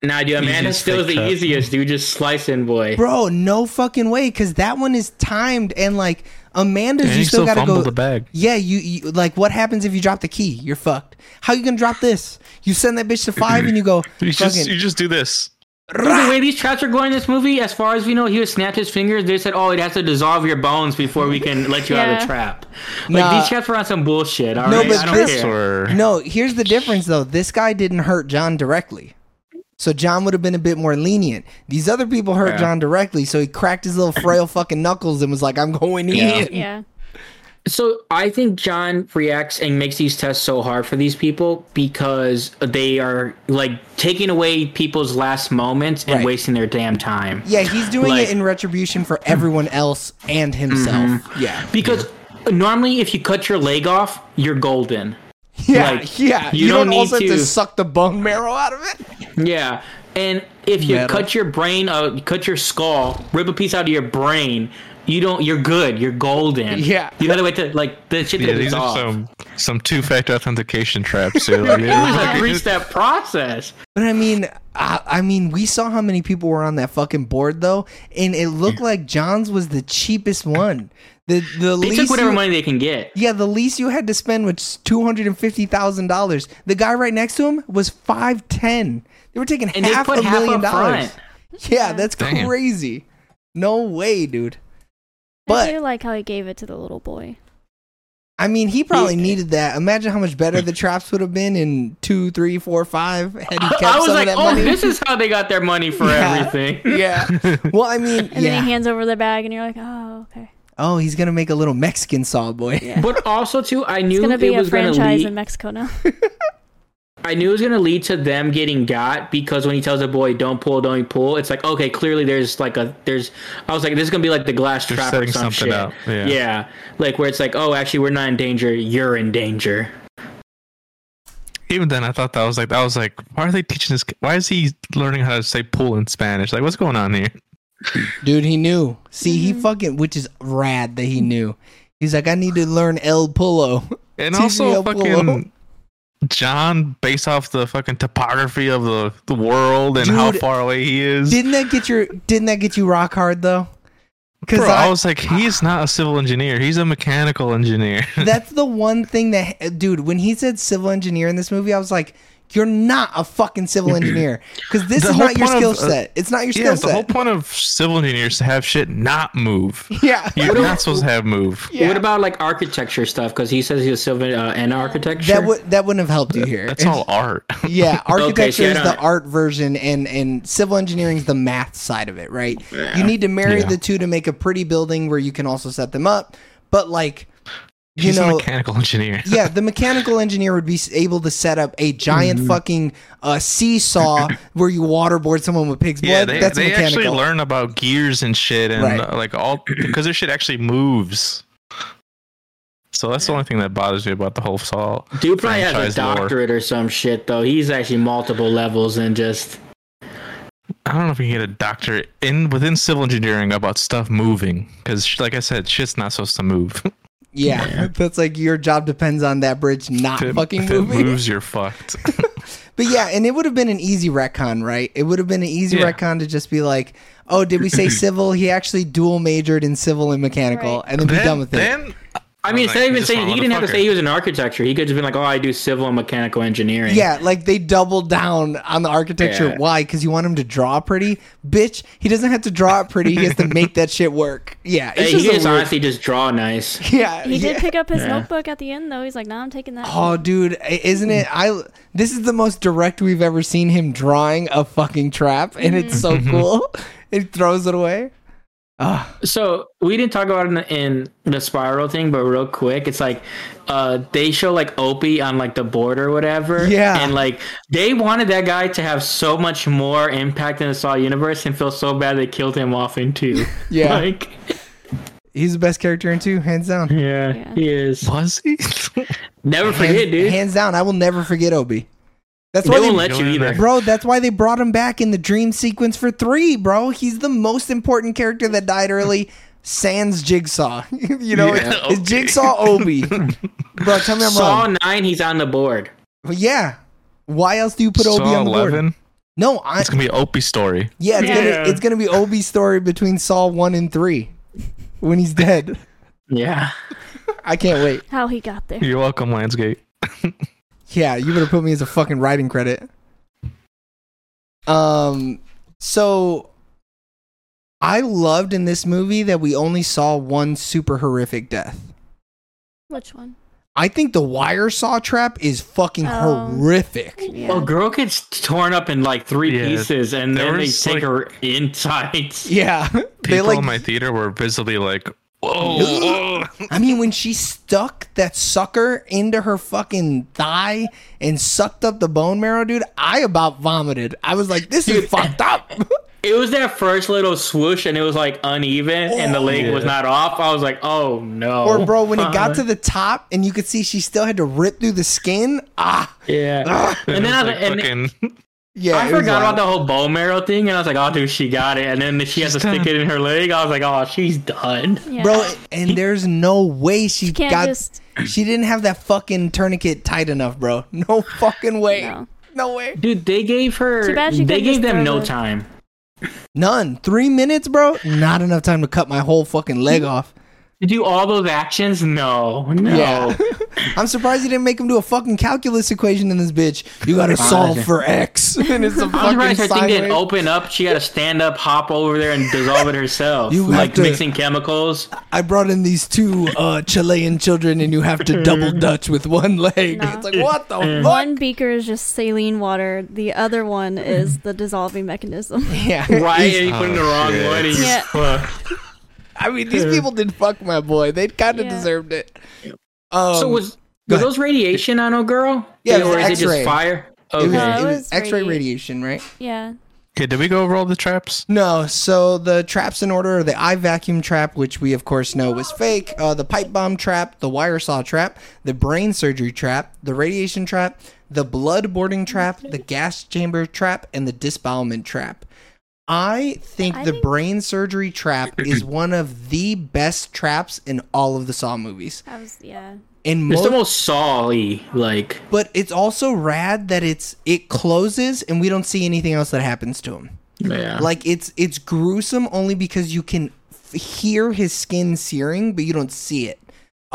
B: Nah, dude, man, it's
A: Easiest
B: still
A: fake
B: the
A: trap.
B: easiest, dude. Just slicing, boy.
D: bro. No fucking way, because that one is timed and like Amanda's.
A: And
D: you
A: he
D: still,
A: still
D: gotta
A: fumbled
D: go.
A: the bag.
D: Yeah, you, you like what happens if you drop the key? You're fucked. How you gonna drop this? You send that bitch to five and you go
A: You just
D: fucking.
A: you just do this.
B: Dude, the way these traps are going in this movie, as far as we know, he would snap his fingers. They said, "Oh, it has to dissolve your bones before we can let you out of
C: Yeah.
B: the trap." Like
D: Nah.
B: these traps are on some bullshit. All right,
D: No, but
B: I don't
D: this-
B: care.
A: Or
D: No, here's the difference though. This guy didn't hurt John directly. So John would have been a bit more lenient. These other people hurt
B: Yeah.
D: John directly, so he cracked his little frail fucking knuckles and was like, I'm going in.
C: yeah.
B: So I think John reacts and makes these tests so hard for these people because they are like taking away people's last moments and
D: Right.
B: wasting their damn time.
D: Yeah, he's doing
B: Like- Mm-hmm.
D: it in retribution for everyone else and himself. Yeah.
B: Because normally, if you cut your leg off, you're golden.
D: Yeah,
B: Like,
D: yeah. You,
B: you
D: don't,
B: don't need
D: also have to
B: to-
D: suck the bone marrow out of it.
B: Yeah, and if you
D: Metal.
B: cut your brain, uh, cut your skull, rip a piece out of your brain, you don't. You're good. You're golden.
D: Yeah.
B: you gotta wait to like the shit to
A: yeah, these
B: dissolve.
A: are some some two factor authentication traps too. Like,
B: It was like reach that process.
D: But I mean, I, I mean, we saw how many people were on that fucking board though, and it looked like John's was the cheapest one. The
B: They
D: the least
B: took whatever
D: you-
B: money they can get.
D: Yeah, the least you had to spend was two hundred and fifty thousand dollars. The guy right next to him was five ten. They were taking
B: And they
D: half
B: put
D: a
B: half
D: million
B: up
D: dollars.
B: front.
D: Yeah, that's
A: Damn.
D: crazy. No way, dude.
C: I do
D: But
C: like how he gave it to the little boy.
D: I mean, he probably needed that. Imagine how much better the traps would have been in two, three, four, five had he kept
B: I was
D: some
B: like,
D: of that
B: oh,
D: money.
B: this is how they got their money for
D: Yeah.
B: everything.
D: yeah. Well, I mean,
C: And then he
D: yeah.
C: hands over the bag, and you're like, "Oh, okay."
D: Oh, he's gonna make a little Mexican saw boy.
B: But also too, I knew
C: It's gonna be
B: it
C: a
B: was gonna
C: franchise
B: lead.
C: in Mexico now.
B: I knew it was gonna lead to them getting got because when he tells the boy, "Don't pull, don't pull," it's like okay, clearly there's like a there's. I was like, this is gonna be like the glass
A: They're
B: trap or
A: setting
B: some
A: something
B: shit.
A: up, yeah.
B: like where it's like, oh, actually, we're not in danger. You're in danger.
A: even then, I thought that was like that was like why are they teaching this? ki- Why is he learning how to say pool in Spanish? Like what's going on here?
D: Dude, he knew. See, he fucking, which is rad that he knew. He's like, I need to learn El Polo.
A: And
D: Teach me
A: also
D: El Polo.
A: fucking John, based off the fucking topography of the, the world and how
D: Dude,
A: far away he is.
D: Didn't that get your? Didn't that get you rock hard though? Because
A: Bro, I, was like, he's not a civil engineer. He's a mechanical engineer.
D: that's the one thing that, dude. When he said civil engineer in this movie, I was like, you're not a fucking civil engineer because this
A: The
D: is
A: whole
D: not your
A: point
D: skill
A: of, uh,
D: set. It's not your
A: yeah,
D: skill
A: the whole
D: set.
A: point of civil engineers to have shit not move.
D: Yeah.
A: You're not supposed to have move.
D: Yeah.
B: What about like architecture stuff? Because he says he's a civil uh, and architecture.
D: That would that wouldn't have helped you here.
A: That's all art.
D: Yeah, architecture
B: see, I
D: is the
B: don't-
D: art version, and and civil engineering is the math side of it, right? You need to marry
A: Yeah.
D: the two to make a pretty building where you can also set them up. But like, you
A: he's a
D: know,
A: mechanical engineer.
D: yeah, the mechanical engineer would be s- able to set up a giant fucking uh, seesaw where you waterboard someone with pig's blood.
A: Yeah, they,
D: That's
A: they
D: mechanical.
A: actually learn about gears and shit and
D: Right.
A: uh, like all because their shit actually moves. So that's the only thing that bothers me about the whole Saw.
B: Dude probably has a
A: franchise lore.
B: doctorate or some shit though. He's actually multiple levels and just
A: I don't know if we can get a doctorate in within civil engineering about stuff moving because, like I said, shit's not supposed to move.
D: Yeah, that's like your job depends on that bridge not
A: If it-
D: fucking
A: if it
D: moving.
A: moves, you're fucked.
D: But yeah, and it would have been an easy retcon, right? It would have been an easy
A: Yeah.
D: retcon to just be like, "Oh, did we say civil? He actually dual majored in civil and mechanical,"
C: Right.
D: and then, be done with it.
A: then
B: I mean,
A: was
B: instead
A: like,
B: of even
A: this
B: saying
A: one,
B: he didn't have to
A: motherfucker.
B: say he was in architecture. He could have been like, "Oh, I do civil and mechanical engineering."
D: yeah, like they doubled down on the architecture.
B: Yeah.
D: Why? Because you want him to draw pretty, bitch. He doesn't have to draw it pretty. He has to make that shit work. Yeah,
B: Hey,
D: it's
B: he
D: just a
B: just
D: weird-
B: honestly just draw nice.
D: yeah,
C: He
D: yeah.
C: did pick up his
B: Yeah.
C: notebook at the end though. He's like, "No, I'm taking that."
D: Oh, dude, i- isn't it? I this is the most direct we've ever seen him drawing a fucking trap, and it's so cool. It throws it away. Ah,
B: So we didn't talk about it in the, in the spiral thing, but real quick, it's like uh, they show like Opie on like the board or whatever.
D: Yeah.
B: and like they wanted that guy to have so much more impact in the Saw universe, and feel so bad they killed him off in two.
D: Yeah.
B: like
D: he's the best character in two, hands down.
B: yeah,
C: Yeah.
B: he is.
A: was he?
B: Never
D: Hands,
B: forget, dude.
D: hands down. I will never forget Obi. That's
B: they
D: why
B: won't
D: they,
B: let you
A: Going in
B: either.
A: there.
D: bro. That's why they brought him back in the dream sequence for three, bro. He's the most important character that died early. Sans Jigsaw, you know,
A: Yeah,
D: it's
A: okay.
D: Jigsaw Obi. bro, tell me I'm
B: Saw
D: wrong.
B: nine, he's on the board.
D: But yeah, why else do you put Obi
A: Saw
D: on the board?
A: eleven.
D: No, I,
A: It's gonna be Opie's story.
D: Yeah, it's,
B: Yeah.
D: Gonna, it's gonna be Obi's story between Saul one and three when he's dead.
B: Yeah.
D: I can't wait.
C: How he got there?
A: You're welcome, Landsgate.
D: Yeah, you better put me as a fucking writing credit. Um, so I loved in this movie that we only saw one super horrific death.
C: Which one?
D: I think the wire saw trap is fucking
C: Oh.
D: horrific.
C: Yeah.
B: Well, girl gets torn up in like three
A: Yeah.
B: pieces, and
A: There
B: then they
A: was,
B: take
A: like-
B: her insides.
D: Yeah, they
A: People
D: like.
A: in my theater were visibly like, "Whoa, whoa.
D: I mean, when she stuck that sucker into her fucking thigh and sucked up the bone marrow, dude, I about vomited. I was like, this is fucked up.
B: It was that first little swoosh, and it was like uneven, and the leg was not off. I was like, "Oh no!"
D: Oh,
B: Uh-huh.
D: or, bro, when it
B: Oh.
D: got to the top and you could see she still had to rip through the skin, ah,
B: yeah, and then I,
A: I,
B: was
A: like,
B: like, and
A: fucking,
D: yeah.
B: I
D: it was
B: forgot about
D: wild.
B: the whole bone marrow thing, and I was like, "Oh, dude, she got it." And then she has to stick it in her leg. I was like, "Oh, she's done."
C: Yeah.
D: Bro, and there's no way she,
C: can't
D: got.
C: just-
D: She didn't have that fucking tourniquet tight enough, bro. No fucking way.
C: No.
D: no way.
B: Dude, they gave her.
C: Too bad she
B: They
C: couldn't
B: gave
C: just
B: them
C: throw
B: no
C: the-
B: time.
D: None. Three minutes, bro. Not enough time to cut my whole fucking leg off.
B: To do all those actions? No, no.
D: Yeah. I'm surprised you didn't make him do a fucking calculus equation in this bitch. You gotta solve for X. And it's a
B: I was
D: fucking
B: surprised her thing Oh,
D: sine
B: didn't
D: wave.
B: open up. She had to stand up, hop over there, and dissolve it herself.
D: You have
B: like
D: to-
B: mixing chemicals.
D: I brought in these two uh, Chilean children and you have to double dutch with one leg.
C: No.
D: It's like, what the fuck?
C: One beaker is just saline water. The other one is the dissolving mechanism.
D: Yeah.
B: Right?
D: These-
B: And you put in the wrong
A: Oh, shit.
B: one. And you
C: Yeah.
B: fuck.
D: I mean, these people did fuck my boy. They kind of
C: Yeah.
D: deserved it. Um,
B: So was
D: go
B: was
D: ahead.
B: those radiation on a girl?
D: Yeah, it was
B: or is it
D: X-ray.
B: just fire?
D: it
B: Okay.
D: was,
C: No,
D: it
C: it
D: was
C: was
D: X-ray
C: radi-
D: radiation, right?
C: yeah.
A: okay, did we go over all the traps?
D: No, so the traps in order are the eye vacuum trap, which we of course know was fake, uh, the pipe bomb trap, the wire saw trap, the brain surgery trap, the radiation trap, the blood boarding trap, the gas chamber trap, and the disbowelment trap. I think
C: I
D: the
C: think-
D: brain surgery trap is one of the best traps in all of the Saw movies.
C: I was. Yeah.
D: And
B: It's
D: most,
B: the most saw-y, like
D: but it's also rad that it's it closes and we don't see anything else that happens to him.
B: yeah.
D: Like it's it's gruesome only because you can f- hear his skin searing, but you don't see it.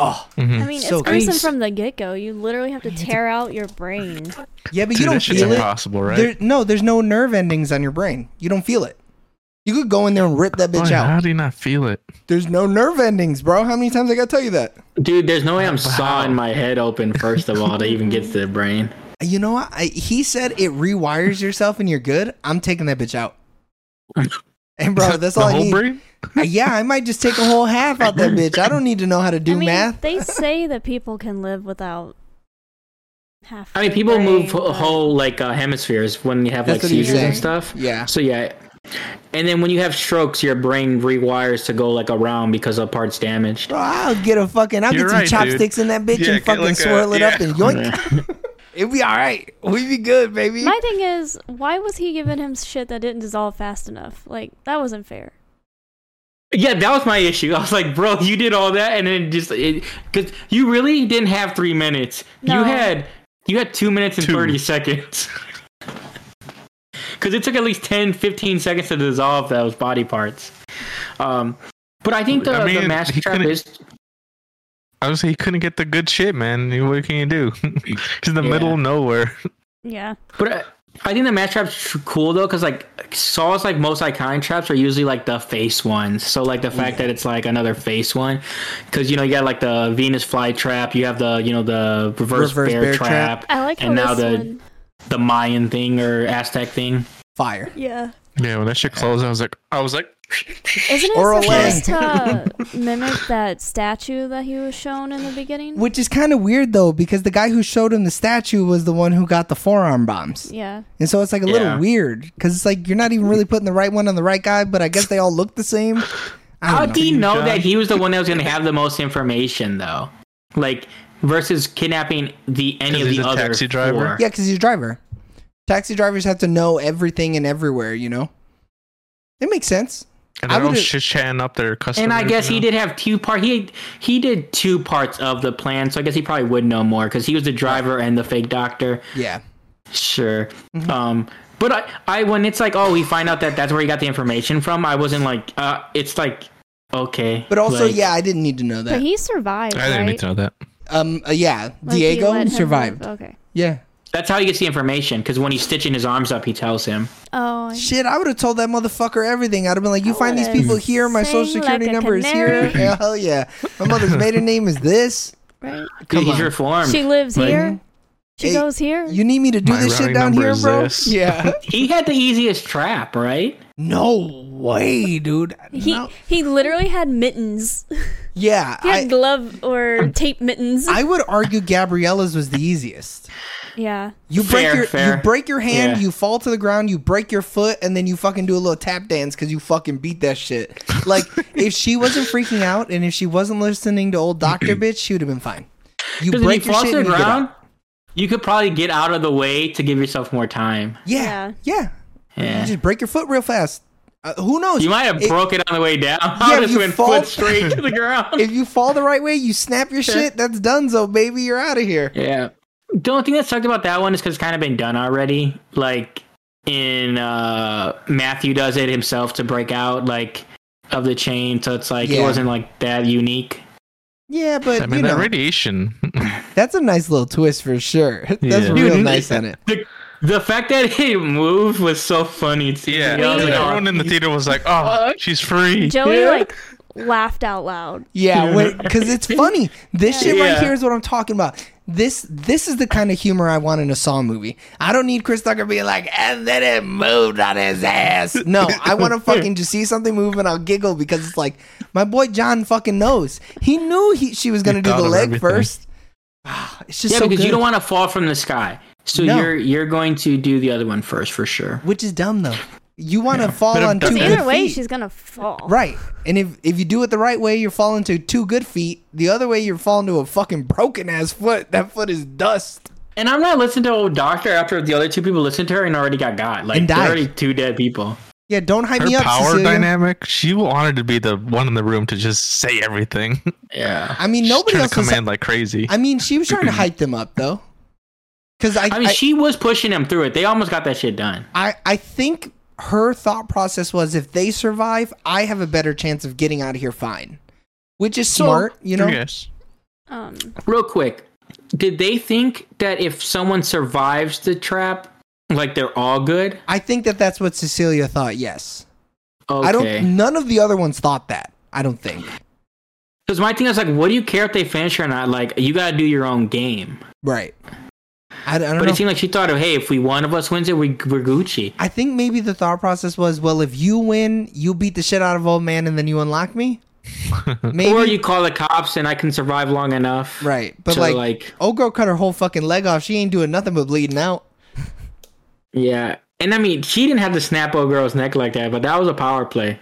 D: Oh,
A: Mm.
B: Hmm.
C: I mean,
D: So
C: it's gruesome
B: great.
C: from the get go. You literally have to tear out your brain.
D: yeah, but
A: Dude, that
D: you don't
A: shit's
D: feel it.
A: impossible, right?
D: There, no, there's no nerve endings on your brain. You don't feel it. You could go in there and rip that bitch
A: Like, How
D: out.
A: do you not feel it?
D: There's no nerve endings, bro. How many times I gotta tell you that?
B: Dude, there's no way I'm sawing my head open first of all to even get to the brain.
D: You know what? I, he said it rewires yourself and you're good. I'm taking that bitch out. And bro, that's
A: the
D: all I
A: whole
D: need.
A: brain?
D: Uh, Yeah, I might just take a whole half out that bitch. I don't need to know how to do
C: I mean,
D: math.
C: they say that people can live without half.
B: I mean,
C: their
B: people
C: brain,
B: move
C: but-
B: whole like uh, hemispheres when you have
D: That's
B: like
D: what he's
B: seizures and
D: saying.
B: stuff.
D: Yeah.
B: So yeah, And then when you have strokes, your brain rewires to go like around because a part's damaged.
D: Bro, I'll get a fucking, I'll
A: You're
D: get some
A: right, dude.
D: chopsticks in that bitch
A: Yeah, get
D: and fucking
A: like a-
D: swirl it up
A: yeah.
D: and yoink. It'd be all right. We'd be good, baby.
C: My thing is, why was he giving him shit that didn't dissolve fast enough? Like that wasn't fair.
B: Yeah, that was my issue. I was like, bro, you did all that, and then it just because you really didn't have three minutes.
C: No.
B: You had you had two minutes and
A: Two.
B: thirty seconds. Because it took at least 10, 15 seconds to dissolve those body parts. Um, but I think the,
A: I
B: the
A: mean,
B: master
A: he
B: trap
A: couldn't-
B: is
A: I was he couldn't get the good shit, man. What can you do? He's in the
B: Yeah.
A: middle of nowhere.
C: Yeah.
B: But I, I think the match traps are cool though, because like Saw's like most iconic traps are usually like the face ones. So like the fact that it's like another face one, because you know you got like the Venus fly trap, you have the you know the reverse,
D: Reverse
B: bear,
D: bear
B: trap,
C: I like how
B: and now
C: this
B: the
C: one.
B: the Mayan thing or Aztec thing.
D: Fire.
C: Yeah.
A: Yeah, when that shit closed, I was like, I was like,
C: Isn't it
D: Oral
C: supposed to mimic that statue that he was shown in the beginning?
D: Which is kind of weird though, because the guy who showed him the statue was the one who got the forearm bombs.
C: yeah.
D: And so it's like a little
B: Yeah.
D: weird because it's like you're not even really putting the right one on the right guy, but I guess they all look the same. I
B: How
D: don't
B: do
D: know.
B: you know
A: John.
B: that he was the one that was going to have the most information though? Like versus kidnapping the any
A: 'Cause
B: of the
A: he's a
B: other
A: taxi driver?
B: four.
D: Yeah, because he's a driver. Taxi drivers have to know everything and everywhere, you know? It makes sense.
A: and
D: I
A: they're all
D: would've-
A: shit chatting up their customers.
B: And I guess
A: you
B: he
A: know?
B: did have two part. He he did two parts of the plan, so I guess he probably would know more because he was the driver and the fake doctor.
D: Yeah.
B: Sure.
D: Mm-hmm.
B: Um, but I, I when it's like, oh, we find out that that's where he got the information from. I wasn't like, uh, it's like, okay.
D: But also,
B: like,
D: yeah, I didn't need to know
C: But
D: that.
C: he survived,
A: I didn't
C: right?
A: need to know that.
D: Um, uh, yeah,
C: Like, he
D: Diego
C: let him
D: survived.
C: live. Okay.
D: Yeah.
B: that's how he gets the information because when he's stitching his arms up, he tells him.
C: Oh. I-
D: Shit, I would have told that motherfucker everything. I'd have been like, "You
C: I
D: find these
C: would've
D: people here. My social
C: sang
D: security
C: like a
D: number is here.
C: canary.
D: Yeah, hell yeah. My mother's maiden name is this.
C: Right.
D: Come
B: he's
D: on.
B: reformed.
C: She lives
B: Like,
C: here. She
D: Hey,
C: goes here.
D: You need me to do
A: My
D: this
A: routing
D: shit down
A: number
D: here,
A: is
D: bro?
A: this.
D: Yeah.
B: He had the easiest trap, right?
D: no way, dude.
C: he
D: No.
C: he literally had mittens.
D: Yeah.
C: He had
D: I,
C: glove or tape mittens.
D: I would argue Gabriella's was the easiest.
C: yeah.
D: You break
B: Fair,
D: your
B: fair.
D: you break your hand,
B: Yeah.
D: you fall to the ground, you break your foot, and then you fucking do a little tap dance because you fucking beat that shit. Like if she wasn't freaking out and if she wasn't listening to old doctor bitch, she would have been fine. You
B: Because if
D: break
B: he
D: your
B: falls
D: shit
B: to the
D: and you get
B: ground,
D: up.
B: you could probably get out of the way to give yourself more time.
D: Yeah, yeah,
B: Yeah.
D: You just break your foot real fast. Uh, who knows?
B: You Eh. might have
D: It-
B: broke it on the way down. I just
D: you
B: went
D: fall-
B: foot straight to the ground.
D: if you fall the right way, you snap your shit. That's dunzo, baby. You're out of here.
B: yeah. The only thing that sucked about that one is because it's kind of been done already. Like in uh Matthew does it himself to break out like of the chain, so it's like
D: Yeah.
B: it wasn't like that unique.
D: Yeah, but
A: I mean,
D: you
A: that
D: know,
A: radiation.
D: that's a nice little twist for sure. That's
A: Yeah.
D: real
B: Dude,
D: nice on it.
B: The, the fact that it moved was so funny. To
A: yeah,
B: me. I was like, "Oh,
A: everyone in the theater was like, "Oh, she's free."
C: Joey
B: Yeah.
C: like laughed out loud.
D: Yeah, because it's funny. This shit right
B: Yeah.
D: here is what I'm talking about. This this is the kind of humor I want in a Saw movie. I don't need Chris Tucker being like, and then it moved on his ass. No, I want to fucking just see something move and I'll giggle because it's like my boy John fucking knows. He knew he, she was gonna
A: He
D: do the
A: thought of
D: leg
A: everything.
D: first. Ah, it's just
B: yeah,
D: so
B: because
D: good.
B: you don't want to fall from the sky. So
D: No.
B: you're you're going to do the other one first for sure.
D: which is dumb though. You want to fall
A: But I'm
D: on
A: dumb.
D: two
A: Good
C: Either
D: good
C: way,
D: feet.
C: she's gonna fall.
D: Right. And if if you do it the right way, you're falling to two good feet. The other way, you're falling to a fucking broken ass foot. That foot is dust.
B: And I'm not listening to old doctor after the other two people listened to her and already got got. Like
D: And
B: there are
D: died.
B: already two dead people.
D: Yeah, don't hype
A: Her
D: me up,
A: power
D: Cecilia.
A: dynamic. She wanted to be the one in the room to just say everything.
B: Yeah.
D: I mean,
A: She's
D: nobody
A: trying
D: else
A: to
D: was.
A: command like crazy.
D: I mean, she was trying to hype them up though, because I,
B: I mean,
D: I,
B: she was pushing them through it. They almost got that shit done.
D: I, I think her thought process was if they survive, I have a better chance of getting out of here fine, which is
B: So-
D: smart, you know.
A: yes.
C: Um.
B: Real quick, did they think that if someone survives the trap, like they're all good?
D: I think that that's what Cecilia thought. Yes,
B: Okay.
D: I don't. None of the other ones thought that. I don't think,
B: Because my thing is like, what do you care if they finish or not? Like, you gotta do your own game.
D: right? I, I don't
B: But
D: know.
B: it seemed like she thought of, hey, if we one of us wins it, we we're Gucci.
D: I think maybe the thought process was, well, if you win, you beat the shit out of old man, and then you unlock me. Maybe
B: Or you call the cops and I can survive long enough.
D: Right, but
B: to,
D: like,
B: like-
D: old girl cut her whole fucking leg off. She ain't doing nothing but bleeding out.
B: Yeah. And I mean, she didn't have to snap a girl's neck like that, but that was a power play.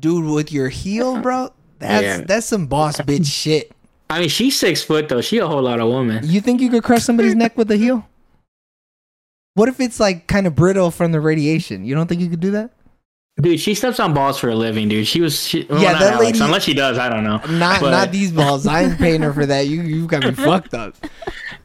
D: dude with your heel, bro. That's
B: Yeah.
D: that's some boss bitch shit.
B: I mean, she's six foot though. She a whole lot of woman.
D: You think you could crush somebody's neck with a heel? What if it's like kind of brittle from the radiation? You don't think you could do that?
B: Dude, she steps on balls for a living, dude. She was, she, well,
D: Yeah,
B: not
D: that
B: Alex,
D: lady-
B: unless she does, I don't know.
D: Not
B: But-
D: not these balls. I ain't paying her for that. You you got me fucked up.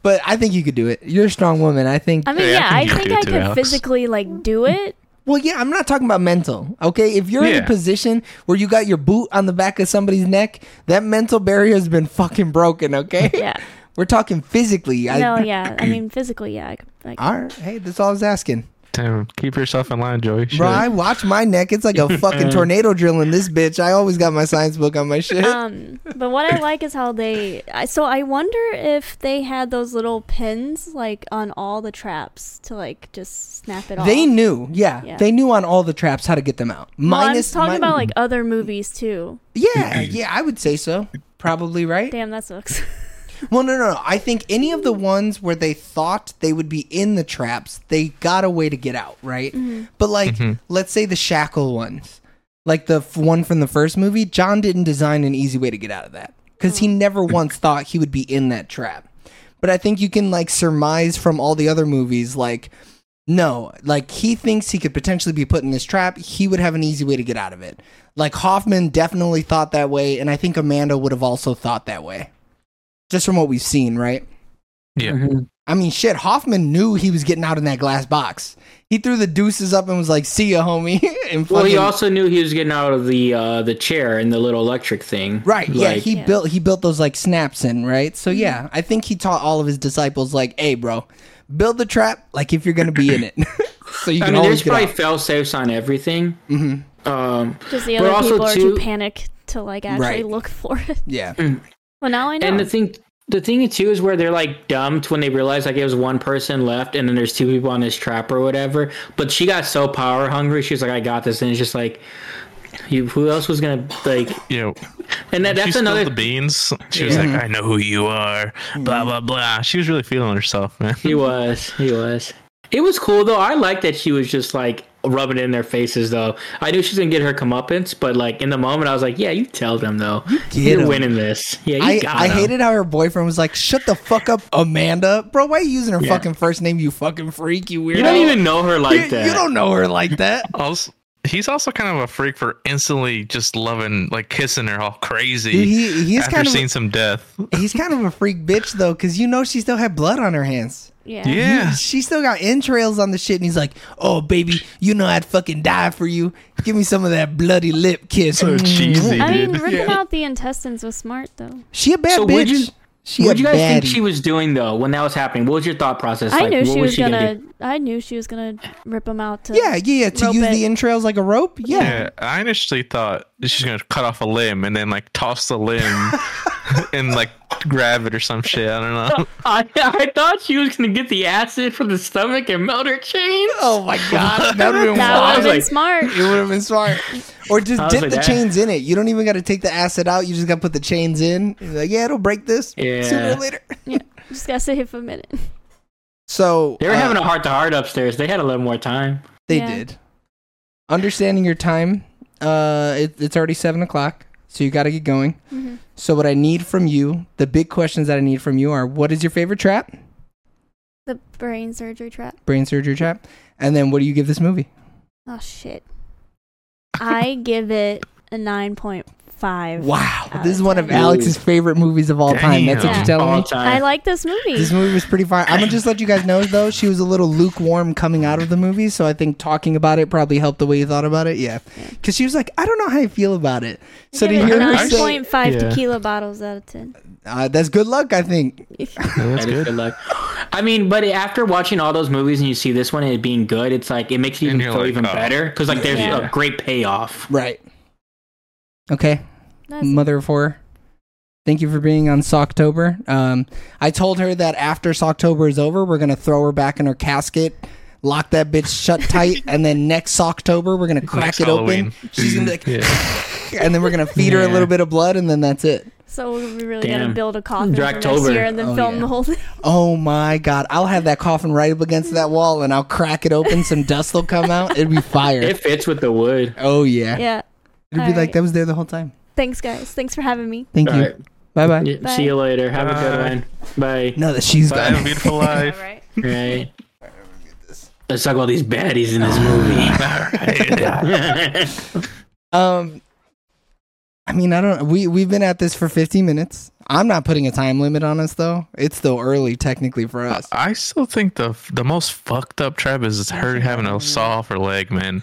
D: But I think you could do it. You're a strong woman. I think.
C: I mean,
A: Hey, I
C: yeah,
A: think
C: I
A: you could
C: think
A: do
C: I
A: it too,
C: could
A: Alex.
C: physically like do it.
D: Well, yeah, I'm not talking about mental. Okay, if you're in a
A: Yeah.
D: position where you got your boot on the back of somebody's neck, that mental barrier has been fucking broken. Okay.
C: Yeah.
D: We're talking physically. I,
C: No, yeah. I mean, physically, yeah. I could, like,
D: All right. Hey, that's all I was asking.
A: Damn, keep yourself in line, Joey. Shit.
D: Bro, I watch my neck. It's like a fucking tornado drill in this bitch. I always got my science book on my shit.
C: um, but what I like is how they. I, so I wonder if they had those little pins like on all the traps to like just snap it off.
D: They knew, yeah,
C: Yeah.
D: They knew on all the traps how to get them out.
C: Well, I'm
D: Minus
C: talking
D: min-
C: about like other movies too.
D: Yeah, yeah, I would say so. Probably right.
C: Damn, that sucks.
D: Well, no, no, no. I think any of the ones where they thought they would be in the traps, they got a way to get out, right? But like, let's say the shackle ones, like the f- one from the first movie, John didn't design an easy way to get out of that because he never once thought he would be in that trap. But I think you can like surmise from all the other movies, like, no, like he thinks he could potentially be put in this trap. He would have an easy way to get out of it. Like Hoffman definitely thought that way, and I think Amanda would have also thought that way just from what we've seen, right?
A: yeah.
B: Mhm.
D: I mean, shit, Hoffman knew he was getting out in that glass box. He threw the deuces up and was like, "See ya, homie." and
B: Well, he
D: fucking-
B: also knew he was getting out of the uh, the chair and the little electric thing.
D: right, yeah,
B: Like,
D: he
C: Yeah.
D: built he built those like snaps in, right? So yeah, I think he taught all of his disciples like, "Hey, bro, build the trap like if you're gonna be in it, so you
B: I
D: can
B: mean,
D: always
B: there's
D: get
B: probably
D: out."
B: fail safes on everything. Mm-hmm. Um,
C: Just the
B: But
C: other
B: also,
C: people are
B: too-
C: too panic to like actually
D: Right.
C: look for it.
D: Yeah,
C: Well, now I know.
B: And the thing, the thing too is where they're like dumped when they realize like it was one person left, and then there's two people on this trap or whatever. But she got so power hungry, she's like, "I got this," and it's just like, "You, who else was gonna like?"
A: Yeah.
B: And that,
A: she
B: that's
A: spilled
B: another.
A: the beans. She was like, I know who you are.
D: Mm-hmm.
A: Blah blah blah. She was really feeling herself, man.
B: he was, he was. It was cool though. I like that she was just like rubbing it in their faces though. I knew she was gonna get her comeuppance, but like in the moment, I was like, "Yeah, you tell them though. You're
D: 'em."
B: winning this. Yeah, you
D: I
B: got
D: I
B: 'em."
D: hated how her boyfriend was like, "Shut the fuck up, Amanda, bro. Why are you using her
B: Yeah.
D: fucking first name? You fucking freak, you weirdo.
B: You don't even know her like
D: You-
B: that.
D: you don't know her like that."
A: Also, he's also kind of a freak for instantly just loving, like kissing her all crazy.
D: Dude, he- he's
A: after
D: kind of a-
A: seen some death.
D: He's kind of a freak bitch though, because you know she still had blood on her hands.
C: yeah.
A: Yeah.
D: She still got entrails on the shit, and he's like, "Oh baby, you know I'd fucking die for you. Give me some of that bloody lip kiss."
A: So cheesy,
C: I mean,
A: dude.
C: ripping out the intestines was smart though.
D: She a bad
B: So
D: bitch.
B: would you-
D: she
B: what
D: a
B: do you guys think
D: baddie.
B: she was doing though when that was happening? What was your thought process?
C: I knew
B: what
C: she was gonna.
B: do?
C: I knew she was gonna rip him out to.
D: Yeah, yeah, yeah. To
C: Rope
D: use
C: it.
D: the entrails like a rope. Yeah.
A: Yeah, I initially thought she's gonna cut off a limb and then like toss the limb and like grab it or some shit. I don't know.
B: I, I thought she was gonna get the acid from the stomach and melt her chains.
D: Oh my god, that would have been
C: That
B: I
C: would
D: wild.
C: have
B: was
C: been
B: like-
C: smart.
D: It would have been smart. Or just
B: was
D: dip
B: like
D: the
B: that.
D: chains in it. You don't even got to take the acid out. You just got to put the chains in. You're like, yeah, it'll break this sooner
B: Yeah.
D: or later.
C: Just gotta save a minute.
D: So
B: They were
D: uh,
B: having a heart to heart upstairs. They had a little more time.
D: They
C: Yeah.
D: did. Understanding your time. Uh, it, it's already seven o'clock, so you got to get going.
C: Mhm.
D: So what I need from you, the big questions that I need from you are: What is your favorite trap?
C: The brain surgery trap.
D: Brain surgery trap. And then what do you give this movie?
C: Oh shit. I give it a nine point five.
D: Wow,
C: Out
D: this is
C: of
D: one of
B: ten.
D: Alex's favorite movies of all time. That's what
A: Damn.
D: you're
B: All
D: telling me.
B: time.
C: I like this movie.
D: This movie was pretty fire. I'm gonna just let you guys know though, she was a little lukewarm coming out of the movie, so I think talking about it probably helped the way you thought about it. Yeah, because she was like, I don't know how I feel about it. So to
C: Give it
D: hear her
C: nine
D: say,
C: point five
A: Yeah.
C: tequila bottles out of ten.
D: uh, that's good luck. I think
A: that's
B: That is good luck. I mean, but after watching all those movies and you see this one and it being good, it's like it makes you
A: And
B: even
A: you're
B: feel
A: like,
B: even
A: oh.
B: better because like there's
C: Yeah.
B: a great payoff.
D: Right. Okay,
C: That's
D: mother of horror. Thank you for being on Socktober. Um, I told her that after Socktober is over, we're gonna throw her back in her casket, lock that bitch shut tight, and then next Socktober we're gonna crack
A: Next
D: it
A: Halloween.
D: open. She's gonna be like,
A: Yeah.
D: and then we're gonna feed her a
B: Yeah.
D: little bit of blood, and then that's it.
C: So we really gotta
B: Damn.
C: build a coffin for next
B: Draktober.
C: year and then
D: Oh,
C: film
D: yeah.
C: the whole thing.
D: Oh my god! I'll have that coffin right up against that wall, and I'll crack it open. Some dust will come out. It'd be fire.
B: It fits with the wood.
D: oh yeah.
C: yeah.
D: It'd be
C: All
D: like
C: right.
D: that was there the whole time.
C: Thanks, guys. Thanks for having me.
D: Thank
B: All
D: you.
B: right.
D: Bye bye.
B: Yeah,
C: Bye.
B: See you later. Have a good
A: Bye.
B: one. Bye.
D: Now that she's
A: But I have a
D: gone.
A: beautiful life.
C: right.
B: Right. Let's talk about these baddies in this movie.
A: All right.
D: Um, I mean, I don't. We we've been at this for 15 minutes. I'm not putting a time limit on us though. It's still early technically for us.
A: I still think the the most fucked up trap is her having a saw for leg, man.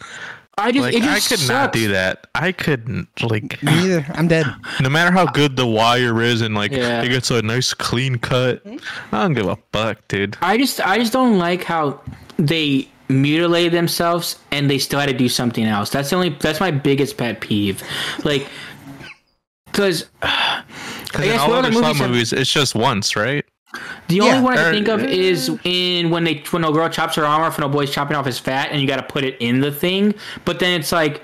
B: I just,
A: Like
B: it
A: I
B: just
A: could not
B: sucks.
A: do that. I couldn't like.
D: Me either. I'm dead.
A: No matter how good the wire is, and like
B: Yeah.
A: it gets a nice clean cut, I don't give a fuck, dude.
B: I just I just don't like how they mutilated themselves and they still had to do something else. That's the only that's my biggest pet peeve. Like cuz
A: Because
B: I
A: in
B: guess
A: all
B: what other
A: other Saw
B: movies have-
A: movies, it's just once, right?
B: the
D: Yeah.
B: only one I
A: Or-
B: can think of is in when they when a girl chops her arm off and a boy's chopping off his fat and you got to put it in the thing, but then it's like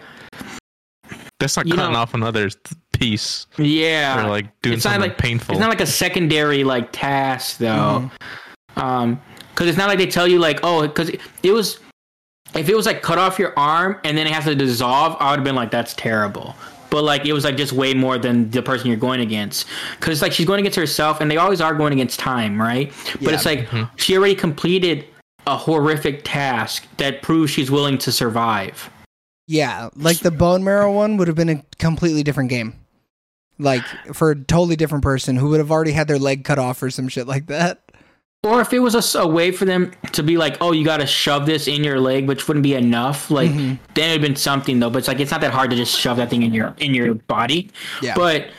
A: That's not
B: You
A: cutting
B: know-
A: off another th- piece
B: yeah,
A: or like doing
B: it's not
A: something
B: like
A: painful.
B: It's not like a secondary like task though,
A: Mm-hmm.
B: Um 'cause because it's not like they tell you like oh because it was if it was like cut off your arm and then it has to dissolve, I would have been like that's terrible. But like it was like just way more than the person you're going against because like she's going against herself and they always are going against time, right? But it's like
A: Mm-hmm.
B: she already completed a horrific task that proves she's willing to survive.
D: Yeah, like the bone marrow one would have been a completely different game. Like for a totally different person who would have already had their leg cut off or some shit like that.
B: Or if it was a s- a, way for them to be like, oh, you got to shove this in your leg, which wouldn't be enough. Like,
D: Mm-hmm.
B: then it'd been something though. But it's like it's not that hard to just shove that thing in your in your body.
D: Yeah.
B: But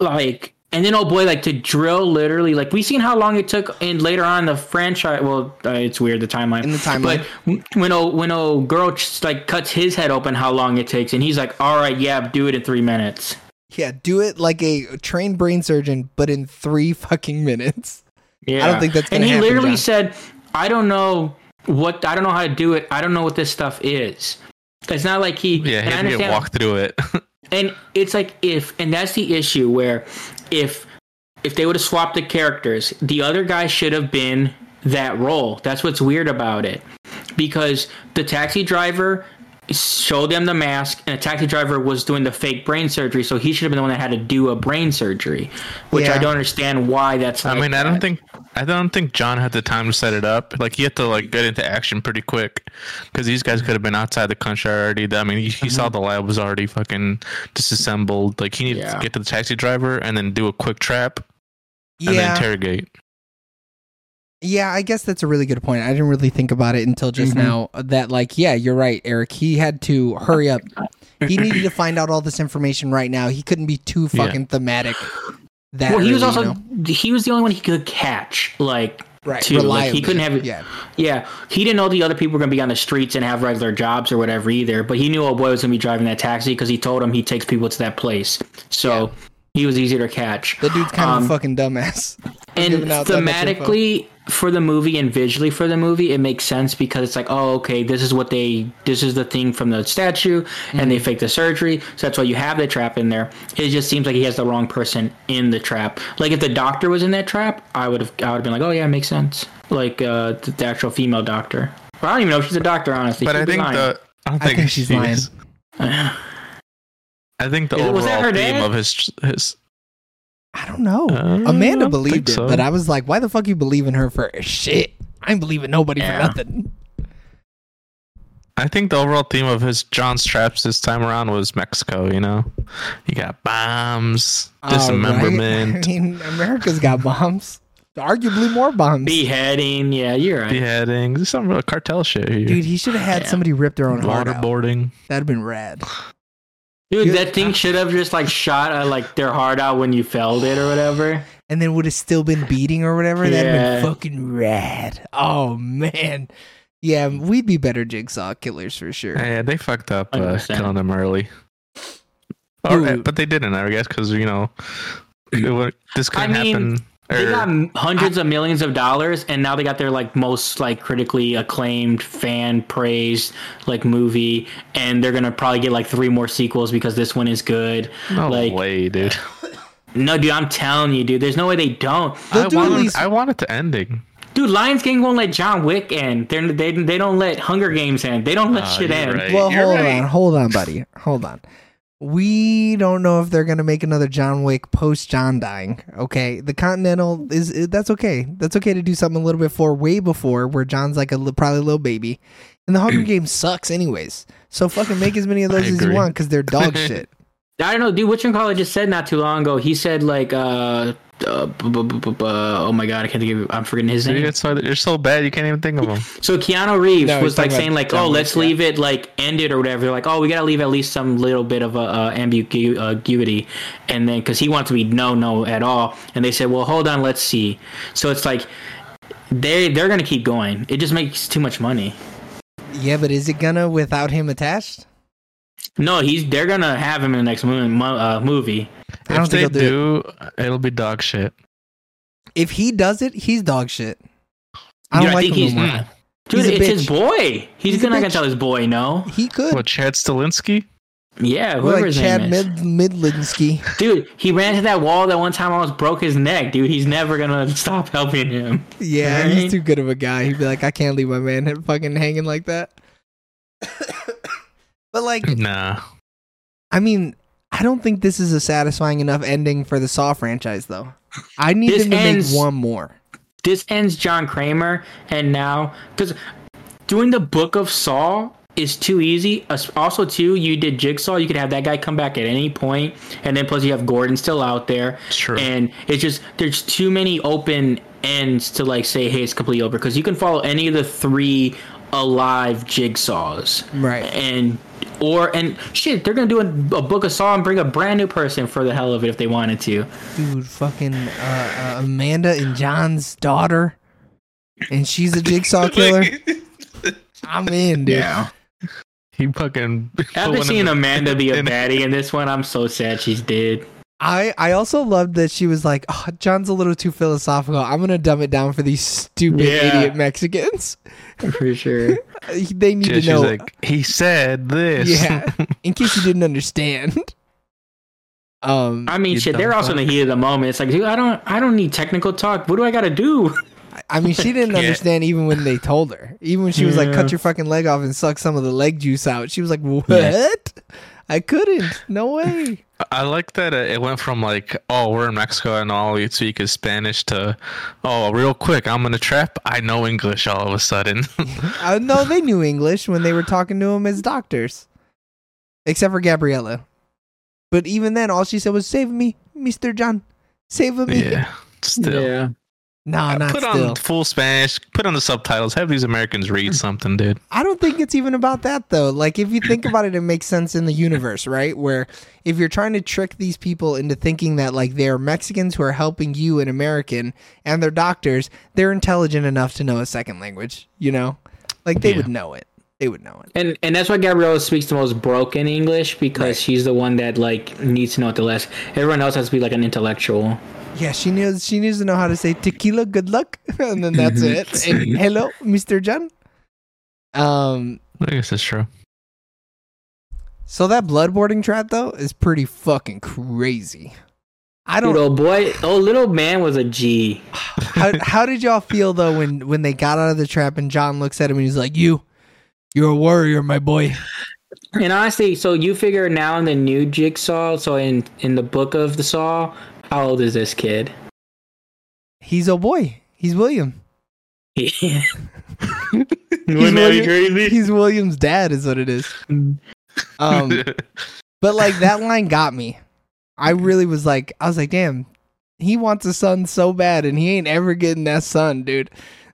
B: like, and then oh boy, like to drill literally. Like we seen how long it took, and later on in the franchise. Well, uh, it's weird the timeline.
D: In the timeline.
B: But w- when oh when oh girl just, like cuts his head open, how long it takes, and he's like, all right, yeah, do it in three minutes.
D: Yeah, do it like a trained brain surgeon, but in three fucking minutes.
B: Yeah.
D: don't think that's
B: And
D: gonna
B: he
D: happen,
B: literally
D: John.
B: said, "I don't know what. I don't know how to do it. I don't know what this stuff is." It's not like he.
A: yeah,
B: and
A: he had to
B: I
A: get
B: understand-
A: walked through it.
B: and it's like if, and that's the issue where, if, if they would have swapped the characters, the other guy should have been that role. That's what's weird about it, because the taxi driver showed them the mask, and the taxi driver was doing the fake brain surgery, so he should have been the one that had to do a brain surgery, which I
D: Yeah.
B: don't understand why that's.
A: I
B: like
A: mean, I
B: that.
A: don't think I don't think John had the time to set it up. Like he had to like get into action pretty quick because these guys could have been outside the country already. I mean, he, he saw
B: Mm-hmm.
A: the lab was already fucking disassembled. Like he needed
B: Yeah.
A: to get to the taxi driver and then do a quick trap and then
D: Yeah.
A: interrogate.
D: Yeah, I guess that's a really good point. I didn't really think about it until just
B: Mhm.
D: now that like, yeah, you're right, Eric. He had to hurry up. He needed to find out all this information right now. He couldn't be too
A: Yeah.
D: fucking thematic. That
B: well, he was
D: early,
B: also
D: you know?
B: he was the only one he could catch. Like,
D: right.
B: too, like, he
D: reliably.
B: couldn't have-
D: Yeah.
B: yeah, he didn't know the other people were gonna be on the streets and have regular jobs or whatever either. But he knew old boy was gonna be driving that taxi because he told him he takes people to that place. So he was easier to catch.
D: That dude's kind of
B: Um,
D: a fucking dumbass.
B: and
D: giving out that much info.
B: thematically for the movie and visually for the movie, it makes sense because it's like, oh, okay, this is what they, this is the thing from the statue, and
D: Mm-hmm.
B: they fake the surgery, so that's why you have the trap in there. It just seems like he has the wrong person in the trap. Like if the doctor was in that trap, I would have, I would have been like, oh yeah, it makes sense. Like uh, the, the actual female doctor. But I don't even know if she's a doctor, honestly.
A: But
B: She'd
A: I
B: be
A: think
B: lying.
A: the I don't
D: I
A: think,
D: think she's
A: she
D: lying.
A: is. I think the
B: Is-
A: overall
B: was that her
A: theme
B: dad?
A: of his his
D: I don't know.
A: Uh, I
D: Amanda
A: don't
D: believed
A: think
D: it,
A: so.
D: but I was like, why the fuck you believe in her for shit? I ain't believing nobody
B: Yeah.
D: for nothing.
A: I think the overall theme of his John's traps this time around was Mexico. You know, you got bombs,
D: Oh,
A: dismemberment.
D: Alright. I mean, America's got bombs. Arguably more bombs.
B: beheading. Yeah, you're right.
A: beheadings. This is some real cartel shit here.
D: Dude, he should have had
B: Yeah.
D: somebody rip their own heart out.
A: Waterboarding.
D: That'd been rad.
B: Dude,
D: Dude,
B: that thing should have just like shot uh, like their heart out when you felled it or whatever.
D: And then would have still been beating or whatever. That'd
B: Yeah.
D: been fucking rad. Oh man. Yeah, we'd be better jigsaw killers for sure.
A: Yeah, they fucked up uh,
B: 100%.
A: killing them early. Or, uh,
D: Dude.
A: but they didn't, I guess, because you know it would, this could
B: I mean,
A: happen.
B: They
A: or-
B: got m- hundreds of millions of dollars, and now they got their like most like critically acclaimed, fan praised like movie, and they're gonna probably get like three more sequels because this one is good.
A: no
B: like,
A: way, dude.
B: No, dude, I'm telling you, dude. There's no way they don't.
D: They'll
A: I
D: do at
A: wanted,
D: least-
A: I wanted the ending.
B: Dude, Lions Gang won't let John Wick end. They're, they they don't let Hunger Games end. They don't let shit
A: you're
B: end.
A: right.
D: Well,
A: You're
D: hold
A: right.
D: on, hold on, buddy, hold on. We don't know if they're gonna make another John Wick post John dying. Okay, the Continental is it- that's okay. That's okay to do something a little bit for way before where John's like a li- probably a little baby, and the Hunger Games sucks anyways. So fucking make as many of those as you
A: agree.
D: want because they're dog shit.
B: I don't know, dude. Which one caller just said not too long ago? He said like, uh, uh bu- bu- bu- bu- bu- oh my god, I can't think of. I'm forgetting his
A: Dude,
B: name.
A: That's why they're so bad. You can't even think of them.
B: So Keanu Reeves
D: No, he's
B: was
D: talking
B: like
D: about
B: saying like,
D: John
B: oh,
D: Wick,
B: let's
D: yeah.
B: leave it like ended or whatever. They're like, oh, we gotta leave at least some little bit of a uh, ambigu- uh, ambiguity, and then because he wants to be no, no at all, and they said, well, hold on, let's see. So it's like they they're gonna keep going. It just makes too much money.
D: yeah, but is it gonna without him attached?
B: No, he's they're gonna have him in the next mo- mo- uh, movie.
D: I don't
A: if
D: think
A: they
D: they'll do
A: do, it'll be dog shit.
D: If he does it, he's dog shit. I
B: Dude,
D: don't
B: I
D: like
B: think
D: him
B: he's-
D: no more.
A: mm.
B: Dude,
D: He's a
B: it's his
D: bitch.
B: boy. He's,
D: He's a
B: gonna gonna
D: bitch.
B: tell his boy no.
D: He could.
A: What, Chad Stalinsky?
B: Yeah, whoever
D: like
B: his
D: Chad
B: name
D: Mid-
B: is.
D: Midlinsky.
B: Dude, he ran to that wall that one time almost broke his neck, dude. He's never gonna stop helping him.
D: Yeah, he's
B: Right?
D: too good of a guy. He'd be like, I can't leave my man fucking hanging like that. but like,
A: Nah.
D: I mean, I don't think this is a satisfying enough ending for the Saw franchise, though. I need
B: This
D: them to
B: ends-
D: make one more.
B: This ends John Kramer, and now because doing the Book of Saw is too easy. As- Also, too, you did Jigsaw. You could have that guy come back at any point, and then plus you have Gordon still out there.
A: True.
B: And it's just there's too many open ends to like say, hey, it's completely over because you can follow any of the three alive Jigsaws.
D: Right.
B: and or and shit they're gonna do a, a book of saw and bring a brand new person for the hell of it if they wanted to
D: Dude, fucking uh, uh, Amanda and John's daughter. And she's a jigsaw killer. I'm in, dude.
A: He fucking. put one
B: after
A: of
B: seeing
A: the-
B: amanda be a
A: in-
B: baddie in this one i'm so sad she's dead
D: I, I also loved that she was like, oh, John's a little too philosophical. I'm going to dumb it down for these stupid
B: Yeah.
D: idiot Mexicans.
B: for sure
D: They need
A: Yeah,
D: to
A: she's
D: know.
A: like, he said this.
D: Yeah. In case you didn't understand. Um
B: i mean
A: You
B: shit they're
A: dumb
B: also in the heat of the moment it's like dude i don't i don't need technical talk what do i gotta do
D: I mean she didn't
A: Yeah.
D: understand even when they told her. Even when she was like
B: Yeah.
D: cut your fucking leg off and suck some of the leg juice out. She was like, "What? I couldn't. No way."
A: I like that uh, it went from like, oh, we're in Mexico and all you speak is Spanish to, oh, real quick, I'm in a trap. I know English all of a sudden.
D: uh, no, they knew English when they were talking to him as doctors. Except for Gabriella. But even then all she said was, "Save me, Mr. John. Save me."
A: yeah. Still.
D: No, not
A: put
D: still. Hmm.
A: on full Spanish. Put on the subtitles. Have these Americans read something, dude.
D: I don't think it's even about that though. Like if you think about it, it makes sense in the universe, right? Where if you're trying to trick these people into thinking that like they're Mexicans who are helping you, an American, and they're doctors, they're intelligent enough to know a second language. You know, like they
A: Yeah.
D: would know it. They would know it.
B: and and that's why gabriella speaks the most broken english because she's the one that like needs to know it the less everyone else has to be like an intellectual
D: Yeah, she knows. She needs to know how to say tequila. Good luck, and then that's it. And hello, Mister John. Um.
A: I guess that's true.
D: So that bloodboarding trap though is pretty fucking crazy. I don't.
B: Dude, oh boy, oh little man was a G.
D: how, how did y'all feel though when when they got out of the trap and John looks at him and he's like, "You, you're a warrior, my boy."
B: And honestly, so you figure now in the new Jigsaw, so in in the book of the Saw, how old is this kid?
D: He's a boy. He's William.
B: Wouldn't
D: He's
B: that be
D: William-
B: crazy?
D: He's William's dad, is what it is. Um, but like that line got me. I really was like, I was like, damn, he wants a son so bad, and he ain't ever getting that son, dude.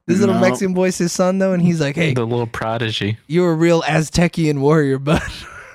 D: This little
B: No.
D: Mexican boy's his son though, and he's like, "Hey,
A: the little prodigy.
D: you're a real Aztecian warrior, bud."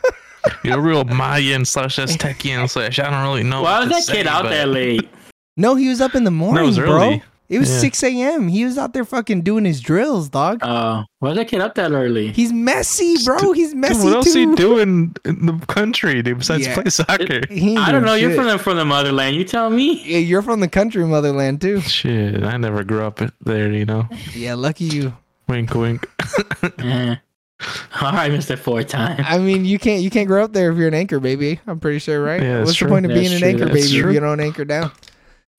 A: You're a real Mayan slash Aztecian slash. I don't really know.
B: Why was
A: what to
B: that kid
A: say,
B: out
A: Oh, but-
B: there late?
D: no, he was up in the morning, bro.
A: early.
D: It was
A: Yeah.
D: six a.m. He was out there fucking doing his drills, dog.
B: Uh, why was that kid up that early?
D: He's messy, bro. He's
A: Dude,
D: messy
A: what else
D: too.
A: he doing in the country, dude? Besides
D: Yeah.
A: play soccer.
D: He ain't
B: I don't
D: doing
B: know. You're
D: shit.
B: from the from the motherland. You tell me.
D: Yeah, you're from the country motherland too.
A: Shit, I never grew up there. You know,
D: Yeah, lucky you.
A: wink, wink.
B: Eh. I missed it four times.
D: I mean, you can't you can't grow up there if you're an anchor baby. I'm pretty sure, right?
A: Yeah, that's
D: What's
A: true.
D: the point of
B: That's
D: being an
B: true,
D: anchor
B: that's
D: baby
A: true.
D: if you don't anchor down?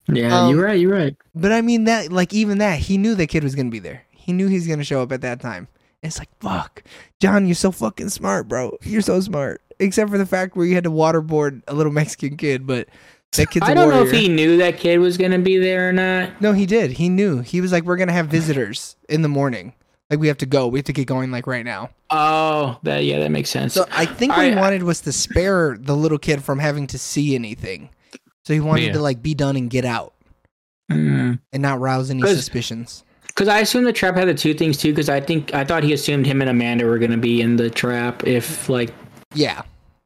B: Yeah,
D: Um,
B: you're right. You're right.
D: But I mean that, like even that, he knew the kid was gonna be there. He knew he's gonna show up at that time. It's like, fuck, John, you're so fucking smart, bro. You're so smart. Except for the fact where you had to waterboard a little Mexican kid, but that kid's. I
B: I
D: a
B: don't know if
D: warrior.
B: he knew that kid was gonna be there or not.
D: No, he did. He knew. He was like, we're gonna have visitors in the morning. Like we have to go. We have to get going. Like right now.
B: Oh, that yeah, that makes sense.
D: So I think what he
B: I-
D: wanted was to spare the little kid from having to see anything. So he wanted
A: Yeah.
D: to like be done and get out
B: Because
D: and not rouse any
B: Hmm. 'Cause-
D: suspicions.
B: I assumed the trap had the two things too. Because I think I thought he assumed him and Amanda were gonna be in the trap. If like,
D: Yeah.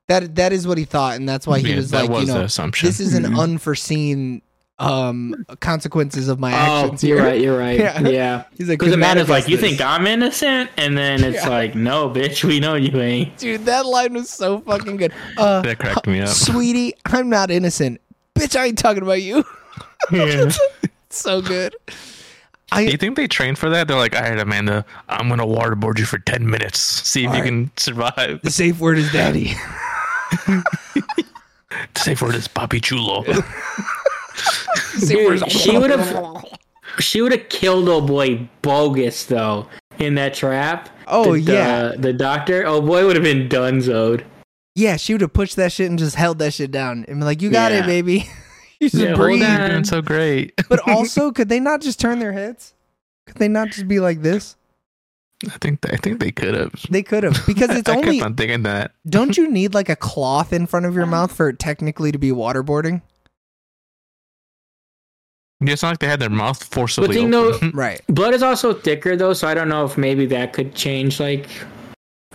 D: That that is what he thought, and that's why he
A: Yeah,
D: was
A: that
D: like,
A: was
D: you
A: the
D: know,
A: assumption. Mm-hmm.
D: this is an
B: Mhm.
D: unforeseen um consequences of my
B: oh,
D: actions.
B: you're
D: here."
B: right. You're right.
D: Yeah.
B: Yeah.
D: He's like,
B: Because Amanda's like,
D: manifest
B: you
D: this."
B: think I'm innocent? And then it's
D: Yeah.
B: like, no, bitch, we know you ain't.
D: dude, that line was so fucking good. Uh,
A: That cracked me up.
D: sweetie, I'm not innocent, bitch. I ain't talking about you.
A: Yeah.
D: so good.
A: Do you think they trained for that? They're like, all right, Amanda, I'm gonna waterboard you for ten minutes. See if you
D: right.
A: can survive.
D: The safe word is daddy.
A: Safe word is Papi Chulo.
D: The safe word
B: Dude,
D: is-
B: she would have, she would have killed old boy bogus though in that trap.
D: Oh,
B: The- the-
D: yeah.
B: the doctor. Oh boy, would have been donezoed.
D: Yeah, she would have pushed that shit and just held that shit down and been like, "You got it,
B: Yeah.
D: baby." you just
B: Yeah, hold
D: breathe.
B: on.
A: You're doing so great.
D: But also, could they not just turn their heads? Could they not just be like this?
A: I think I think they could have.
D: They could have because it's
A: I
D: only
A: kept on thinking that.
D: Don't you need like a cloth in front of your mouth for it technically to be waterboarding?
A: Yeah, It's not like they had their mouth forcibly.
B: But you
A: open.
B: know-
D: Right.
B: Blood is also thicker though, so I don't know if maybe that could change like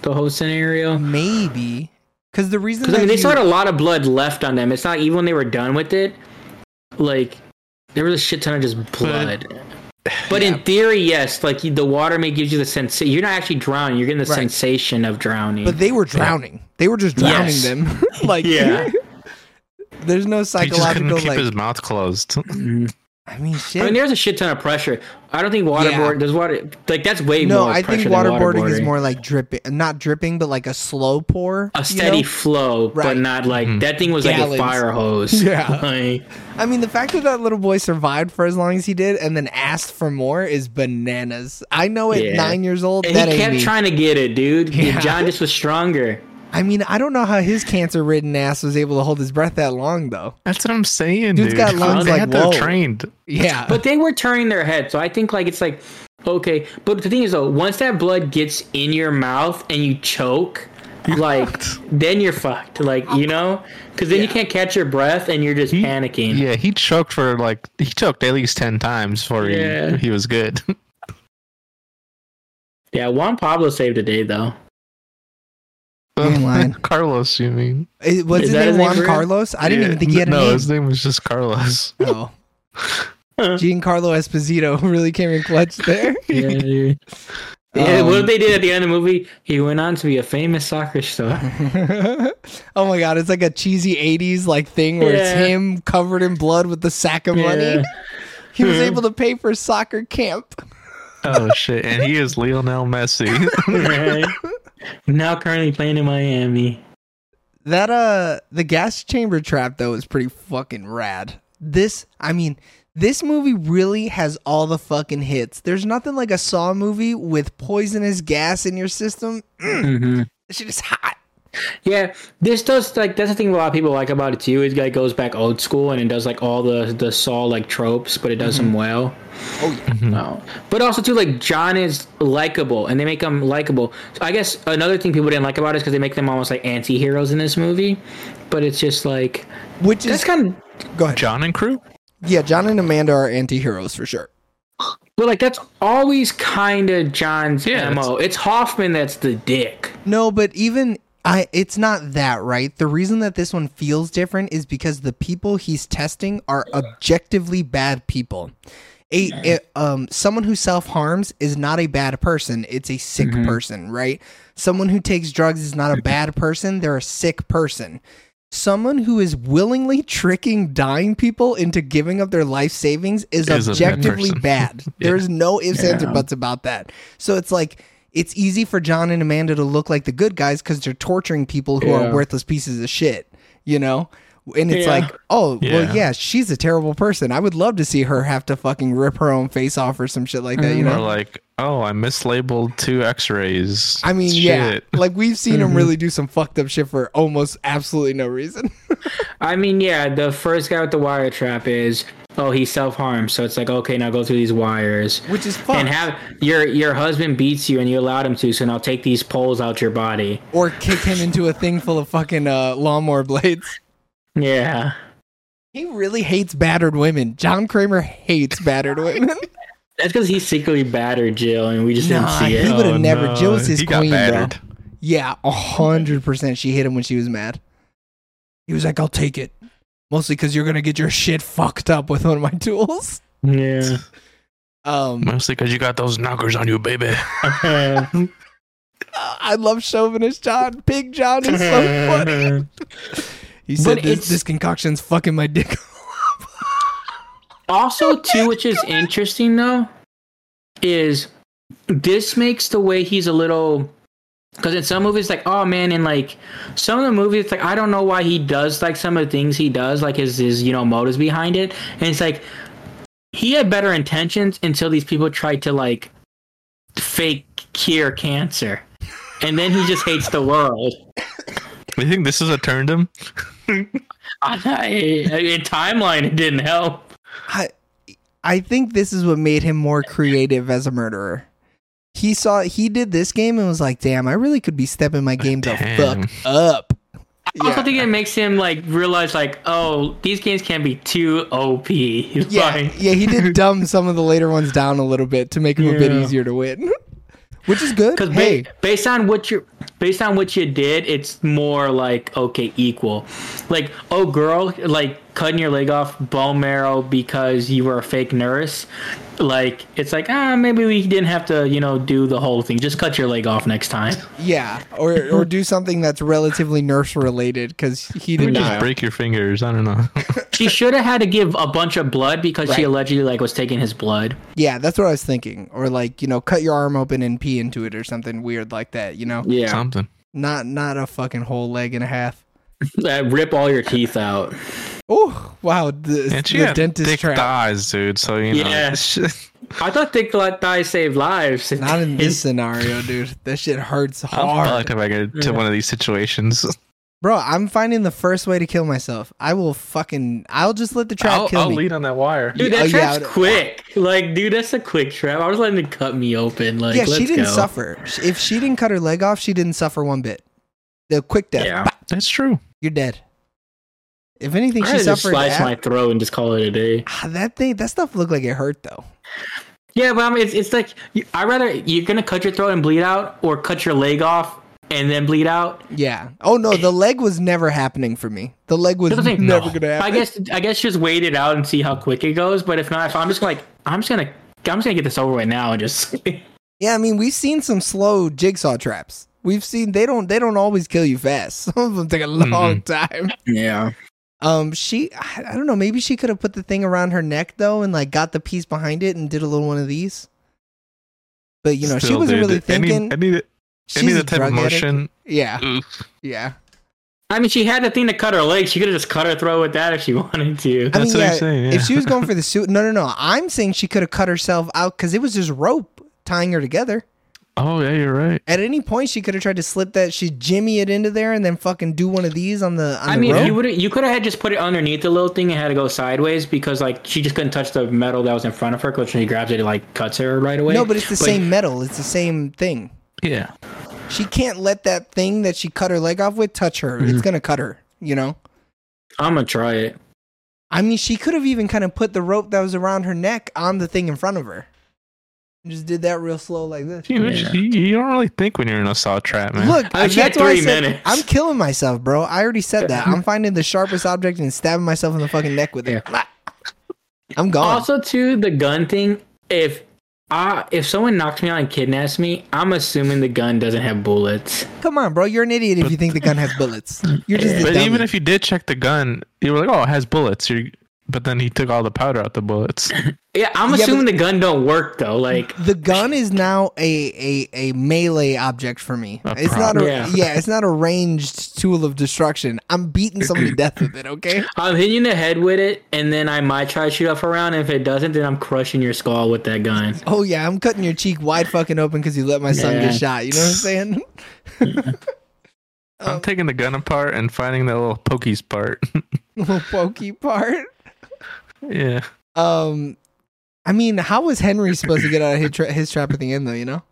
B: the whole
D: Uh.
B: scenario.
D: Maybe. Because the reason
B: Because
D: that
B: I mean, they
D: you-
B: still had a lot of blood left on them. It's not even when they were done with it, like there was a shit ton of just blood. But in theory, yes, like you- the water may gives you the sensation. You're not actually drowning. You're getting the
D: Right.
B: sensation of drowning.
D: but they were drowning. They were just drowning
B: Yes.
D: them. like
B: yeah.
D: there's no
A: he just couldn't
D: psychological
A: keep
D: like.
A: his mouth closed.
B: Mm-hmm.
D: I mean, shit.
B: I mean, there's a shit ton of pressure. I don't think
D: Yeah.
B: waterboard. There's water. Like that's way
D: no,
B: more.
D: I think
B: pressure than
D: waterboarding is more like dripping, not dripping, but like a slow pour.
B: a
D: you
B: steady
D: know?
B: flow,
D: Right.
B: but not like that thing was like
D: Gallons.
B: a fire hose.
D: Yeah.
B: Like,
D: I mean, the fact that that little boy survived for as long as he did and then asked for more is bananas. I know at
B: Yeah.
D: nine years old,
B: and
D: that
B: he
D: ain't
B: kept
D: me.
B: trying to get it, dude.
D: Yeah.
B: John just was stronger.
D: I mean, I don't know how his cancer-ridden ass was able to hold his breath that long, though.
A: That's what I'm saying,
D: Dude's
A: dude.
D: got lungs
A: they
D: like,
A: had to have
D: whoa.
A: trained.
D: Yeah.
B: But they were turning their head, so I think like it's like okay. But the thing is though, once that blood gets in your mouth and you choke, like then you're fucked. Like you know, because then you can't catch your breath and you're just
A: He-
B: panicking.
A: Yeah, he choked for like he choked at least ten times before
B: Yeah.
A: he, he was good.
B: Yeah, Juan Pablo saved the day though.
D: ain't lying.
A: Carlos, you mean?
D: It, what's
B: Is
D: his
B: that
D: name?
B: his name
D: Juan
B: for real?
D: Carlos? I didn't
A: Yeah,
D: even think he had a
A: no,
D: name.
A: his name was just Carlos.
D: Oh. Giancarlo Esposito really came in clutch there.
B: Yeah, dude. Yeah, what
D: Um,
B: if they did at the end of the movie? He went on to be a famous soccer star.
D: oh my god, it's like a cheesy 80s like thing where it's
B: Yeah.
D: him covered in blood with the sack of money.
B: Yeah.
D: He was
B: Mhm.
D: able to pay for soccer camp.
A: oh shit! And he is Lionel Messi.
B: Right? now currently playing in Miami.
D: That uh the gas chamber trap though is pretty fucking rad. This I mean, this movie really has all the fucking hits. There's nothing like a Saw movie with poisonous gas in your system. Mm,
B: Mhm.
D: this shit is hot.
B: Yeah, this does like that's the thing a lot of people like about it too. It like goes back old school and it does like all the the Saw like tropes, but it does them well.
D: Oh yeah.
B: No. But also too, like John is likable, and they make him likable. So I guess another thing people didn't like about it is because they make them almost like anti-heroes in this movie. But it's just like
D: Which is
B: that's kind of
D: go ahead.
A: John and crew.
D: Yeah, John and Amanda are anti-heroes for sure.
B: But like that's always kind of John's
A: Yeah, that's-
B: mo. It's Hoffman that's the dick.
D: No, but even I it's not that, right? The reason that this one feels different is because the people he's testing are objectively bad people. A, a- um someone who self-harms is not a bad person, it's a sick
A: Mm-hmm.
D: person, right? Someone who takes drugs is not a bad person, they're a sick person. Someone who is willingly tricking dying people into giving up their life savings is
A: Is a bad
D: objectively
A: person.
D: bad. There's no ifs, ands, or buts about that. So it's like it's easy for John and Amanda to look like the good guys because they're torturing people who are
B: Yeah.
D: worthless pieces of shit, you know? And it's
B: Yeah.
D: like, oh,
A: Yeah.
D: well, yeah, she's a terrible person. I would love to see her have to fucking rip her own face off or some shit like that, you know?
A: Or like, oh, I mislabeled two X-rays.
D: I mean, yeah,
A: Shit. Mm-hmm.
D: like we've seen him really do some fucked up shit for almost absolutely no reason.
B: I mean, yeah, the first guy with the wire trap is oh he self harms, so it's like okay now go through these wires,
D: Which is fucked.
B: and have your your husband beats you and you allowed him to, so now take these poles out your body.
D: or kick him into a thing full of fucking uh, lawnmower blades.
B: Yeah,
D: He really hates battered women. John Kramer hates battered women.
B: that's because he secretly battered Jill and we just
D: Nah,
B: didn't see it.
D: he would- would've never- Jill was
A: Oh,
D: his
A: he got
D: queen, bro.
A: battered.
D: yeah, a hundred percent. She hit him when she was mad. He was like, "I'll take it," mostly because you're gonna get your shit fucked up with one of my tools.
B: Yeah.
D: Um,
A: Mostly because you got those knockers on you, baby.
D: I love chauvinist John. Pig John is so funny. He said,
B: But
D: this,
B: it's-
D: "This concoction's fucking my dick."
B: also too which is interesting though is this makes the way he's a little because in some movies like oh man and like some of the movies it's like i don't know why he does like some of the things he does like his his you know motives behind it and it's like he had better intentions until these people tried to like fake cure cancer and then he just hates the world
A: you think this is a turned him?
B: I, in timeline it didn't help
D: I I think this is what made him more creative as a murderer. He saw he did this game and was like, "Damn, I really could be stepping my game the
A: Damn.
D: fuck up."
B: I also
D: Yeah.
B: think it makes him like realize like, oh, these games can't be too OP.
D: Yeah,
B: Like,
D: yeah, he did dumb some of the later ones down a little bit to make them a bit
B: Yeah.
D: easier to win, which is good.
B: Cause ba-
D: Hey,
B: based on what you based on what you did, it's more like okay, equal. Like, oh girl, like cutting your leg off bone marrow because you were a fake nurse. Like, it's like, ah, maybe we didn't have to, you know, do the whole thing. Just cut your leg off next time.
D: yeah, or or do something that's relatively nurse related because he did
A: Just
D: not.
A: break your fingers. I don't know.
B: she should have had to give a bunch of blood because she
D: Right.
B: allegedly like was taking his blood.
D: Yeah, that's what I was thinking. Or like you know, cut your arm open and pee into it or something weird like that. You know,
B: Yeah.
A: Something.
D: not not a fucking whole leg and a half.
B: Uh, rip all your teeth out.
D: Oh wow! The,
A: And she
D: the
A: had
D: dentist
A: thick
D: trap.
A: thighs, dude. So you know.
B: Yeah.
A: it's just-
B: I thought thick thighs saved lives.
D: Not in this scenario, dude. That shit hurts
A: I'm
D: hard,
A: fucked if I get to one of these situations.
D: bro. I'm finding the first way to kill myself. I will fucking. I'll just let the trap
A: I'll,
D: kill
A: I'll
D: me.
A: lead on that wire.
B: Dude,
D: Yeah,
B: that
D: oh, yeah,
B: trap's
D: I would-
B: quick. Like, dude, that's a quick trap. I was letting it cut me open. Like,
D: yeah,
B: let's
D: she didn't
B: go.
D: suffer. Sh- If she didn't cut her leg off, she didn't suffer one bit. The quick death.
B: Yeah.
D: bah,
A: That's true.
D: you're dead. If anything,
B: I
D: she
B: had to just
D: suffered.
B: slice
D: ab-
B: my throat and just call it a day.
D: Ah, that thing. That stuff looked like it hurt though.
B: Yeah, but I mean, it's, it's like you- I rather you're gonna cut your throat and bleed out, or cut your leg off and then bleed out.
D: Yeah. Oh no, the leg was never happening for me. The leg was
B: That's the
D: never
B: thing.
D: gonna happen.
B: I guess I guess just wait it out and see how quick it goes. But if not, if I'm just like I'm just gonna I'm just gonna get this over right now and just
D: Yeah, I mean, we've seen some slow jigsaw traps. We've seen they don't they don't always kill you fast. Some of them take a
A: Mm-hmm.
D: long time.
B: yeah.
D: Um, she I, I don't know. Maybe she could have put the thing around her neck though, and like got the piece behind it and did a little one of these. But you know, she
A: Still,
D: wasn't
A: dude,
D: really
A: any-
D: thinking.
A: Any, any,
D: She's
A: of the
D: a
A: type of
D: drug addict.
A: motion.
D: Yeah,
A: oof.
D: yeah.
B: I mean, she had a thing to cut her leg. She could have just cut her throat with that if she wanted to.
D: I mean,
A: That's what
D: yeah,
A: I'm saying, yeah.
D: If she was going for the suit, no, no, no. I'm saying she could have cut herself out because it was just rope tying her together.
A: Oh yeah, you're right.
D: At any point, she could have tried to slip that. She jimmy it into there and then fucking do one of these on the. On
B: I
D: the
B: mean,
D: rope.
B: you would you could have had just put it underneath the little thing and had to go sideways because like she just couldn't touch the metal that was in front of her. Because when she grabs it, it like cuts her right away.
D: No, but it's the same metal. It's the same thing.
A: Yeah.
D: She can't let that thing that she cut her leg off with touch her. It's gonna cut her. You know.
B: I'm gonna try it.
D: I mean, she could have even kind of put the rope that was around her neck on the thing in front of her. And just did that real slow like this.
A: Gee, which-
B: Yeah.
A: You, you don't really think when you're in a saw trap, man.
D: Look,
B: I
D: I
B: actually
D: that's
B: had
D: why I
B: three
D: said
B: minutes.
D: I'm killing myself, bro. I already said that. I'm finding the sharpest object and stabbing myself in the fucking neck with it. I'm gone.
B: Also, too, the gun thing. If I if someone knocks me out and kidnaps me, I'm assuming the gun doesn't have bullets.
D: Come on, bro. You're an idiot if you think the gun has bullets. You're just a
A: but
D: dummy.
A: even if you did check the gun, you were like, "Oh, it has bullets." You're But then he took all the powder out the bullets.
B: Yeah, I'm
D: Yeah,
B: assuming the gun don't work though. Like,
D: The gun is now a a, a melee object for me.
A: A
D: it's not a
B: prop.
D: yeah.
B: Yeah.
D: it's not a ranged tool of destruction. I'm beating someone to death with it, okay?
B: I'm hitting the head with it, and then I might try to shoot off around. And if it doesn't, then I'm crushing your skull with that gun.
D: Oh yeah, I'm cutting your cheek wide fucking open because you let my son
B: Yeah.
D: get shot. You know what I'm saying? Oh.
A: I'm taking the gun apart and finding the little pokies part.
D: Little pokey part.
A: yeah.
D: Um, I mean, how was Henry supposed to get out of his, tra- his trap at the end though? You know,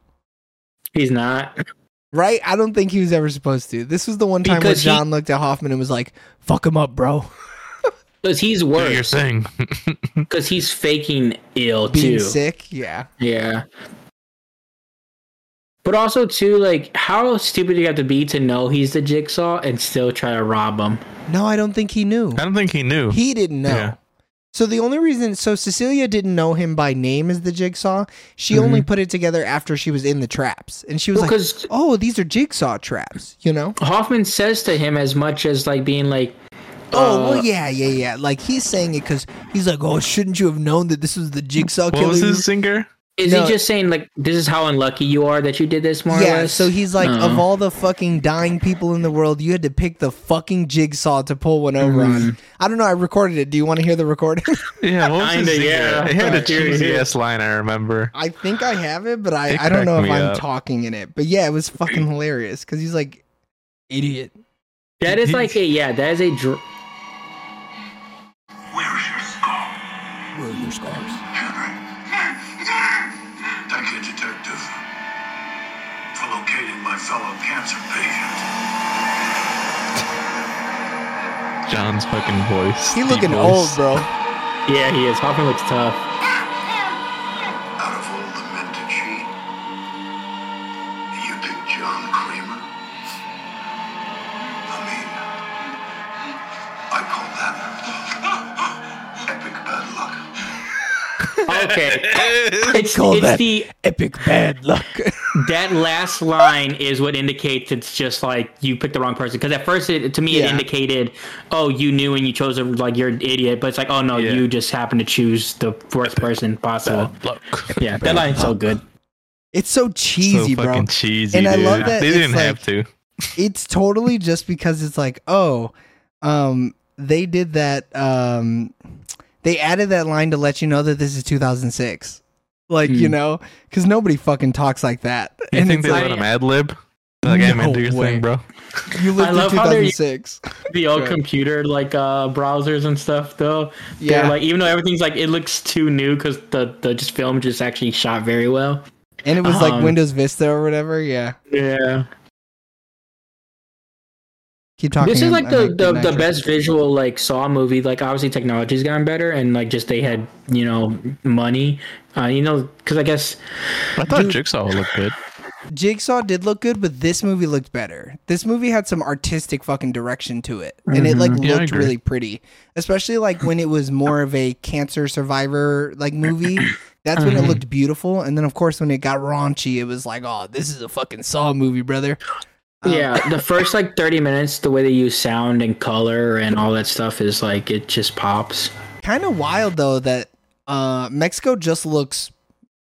B: He's not.
D: right? I don't think he was ever supposed to. This was the one time
B: Because he-
D: where John looked at Hoffman and was like, "Fuck him up, bro."
B: Because he's
A: What you're
B: worse.
A: saying.
B: Because he's faking ill
D: Being
B: too.
D: sick. Yeah.
B: Yeah. But also too, like, how stupid do you have to be to know he's the jigsaw and still try to rob him?
D: No, I don't think he knew.
A: I don't think he knew.
D: He didn't know.
A: Yeah.
D: So the only reason, so Cecilia didn't know him by name as the Jigsaw. She
A: Mm-hmm.
D: only put it together after she was in the traps, and she was like,
B: Because
D: "Oh, these are Jigsaw traps," you know.
B: Hoffman says to him as much as like being like,
D: Oh
B: Uh,
D: well, yeah, yeah, yeah. Like he's saying it because he's like, "Oh, shouldn't you have known that this was the Jigsaw
A: what
D: killer?"
A: was
D: you
A: his singer?
B: is
D: No.
B: he just saying like, this is how unlucky you are that you did this more or
D: yeah,
B: less?
D: so he's like,
B: No.
D: of all the fucking dying people in the world, you had to pick the fucking jigsaw to pull one over
A: Mm-hmm.
D: on. I don't know. I recorded it. Do you want to hear the recording?
A: Yeah, what was his
B: Kinda,
A: singer?
B: yeah.
A: It had a
B: Here it
A: cheesy
B: is.
A: ass line, I remember.
D: I think I have it, but I,
A: It
D: I don't know
A: cracked
D: if
A: me
D: I'm
A: up.
D: talking in it. But yeah, it was fucking hilarious because he's like, idiot.
B: that is like a yeah, that is a dr-
E: Where's your skull?
D: Where are your scars?
E: Henry. Thank you, Detective, for locating my fellow cancer patient.
A: John's fucking voice.
D: He
A: deep
D: looking
A: voice.
D: old, bro.
B: yeah, he is. Hoffman looks tough.
E: Out of all the men to cheat, you picked John Kramer. I mean, I call that epic bad luck.
B: Okay, it's,
D: Call
B: it's
D: that-
B: the
D: Epic bad luck.
B: that last line is what indicates it's just like you picked the wrong person because at first it, to me
D: Yeah.
B: it indicated oh you knew and you chose a, like you're an idiot but it's like oh no
A: Yeah.
B: you just happened to choose the worst person possible
A: Look.
B: yeah that line's so good
D: it's so cheesy,
A: so
D: bro.
A: fucking cheesy.
D: And I
A: dude.
D: love that
A: they
D: it's
A: didn't
D: like-
A: have to.
D: It's totally just because it's like, oh, um, they did that. Um, they added that line to let you know that this is 2006. Like you know, because nobody fucking talks like that.
A: Hmm. You think
D: it's
A: they
D: like,
A: let him ad lib? Like, hey man,
D: No
A: do your
D: way.
A: thing, bro.
D: you lived
B: I
D: in
B: love how they're-
D: 2006.
B: the old
D: Good.
B: computer like uh browsers and stuff though
D: Yeah.
B: yeah like even though everything's like it looks too new because the the just film just actually shot very well
D: And it was like
B: Um,
D: Windows Vista or whatever. Yeah.
B: yeah
D: Keep talking.
B: This is
D: I'm-
B: like
D: I'm
B: the, the,
D: getting
B: the
D: extra.
B: best visual like Saw movie. Like obviously technology's gotten better, and like just they had you know money, uh, you know, because I guess
A: I thought Jigsaw would look good.
D: Jigsaw did look good, but this movie looked better. This movie had some artistic fucking direction to it, and it like
A: Mm-hmm. Yeah, I
D: looked
A: agree.
D: really pretty. Especially like when it was more of a cancer survivor like movie. That's
A: Mm-hmm.
D: when it looked beautiful, and then of course when it got raunchy, it was like, oh, this is a fucking Saw movie, brother.
A: Uh.
D: Um,
B: yeah, the first like thirty minutes, the way they use sound and color and all that stuff is like it just pops.
D: Kind of wild though that uh Mexico just looks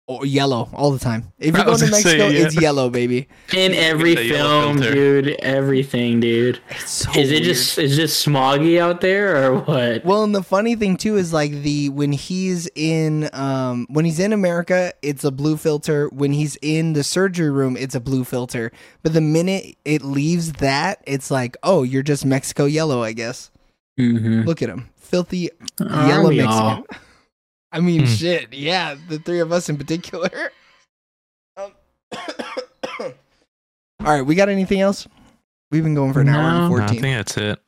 D: o- yellow all the time. If you
A: I
D: go
A: was
D: to
A: gonna say,
D: Mexico,
A: yeah.
D: it's yellow, baby.
B: In every
A: the yellow
B: film,
A: filter.
B: dude, everything, dude.
D: It's so
B: is it
D: weird.
B: just is it just smoggy out there or what?
D: Well, and the funny thing too is like the when he's in um when he's in America, it's a blue filter. When he's in the surgery room, it's a blue filter. But the minute it leaves that, it's like, oh, you're just Mexico yellow, I guess.
B: Mm-hmm.
D: Look at him, filthy yellow Mexican.
B: Oh.
D: I mean,
A: Hmm.
D: shit, yeah, the three of us in particular. Um, all right, we got anything else? We've been going for an hour and
B: No.
A: No, I
D: fourteen.
A: think that's it.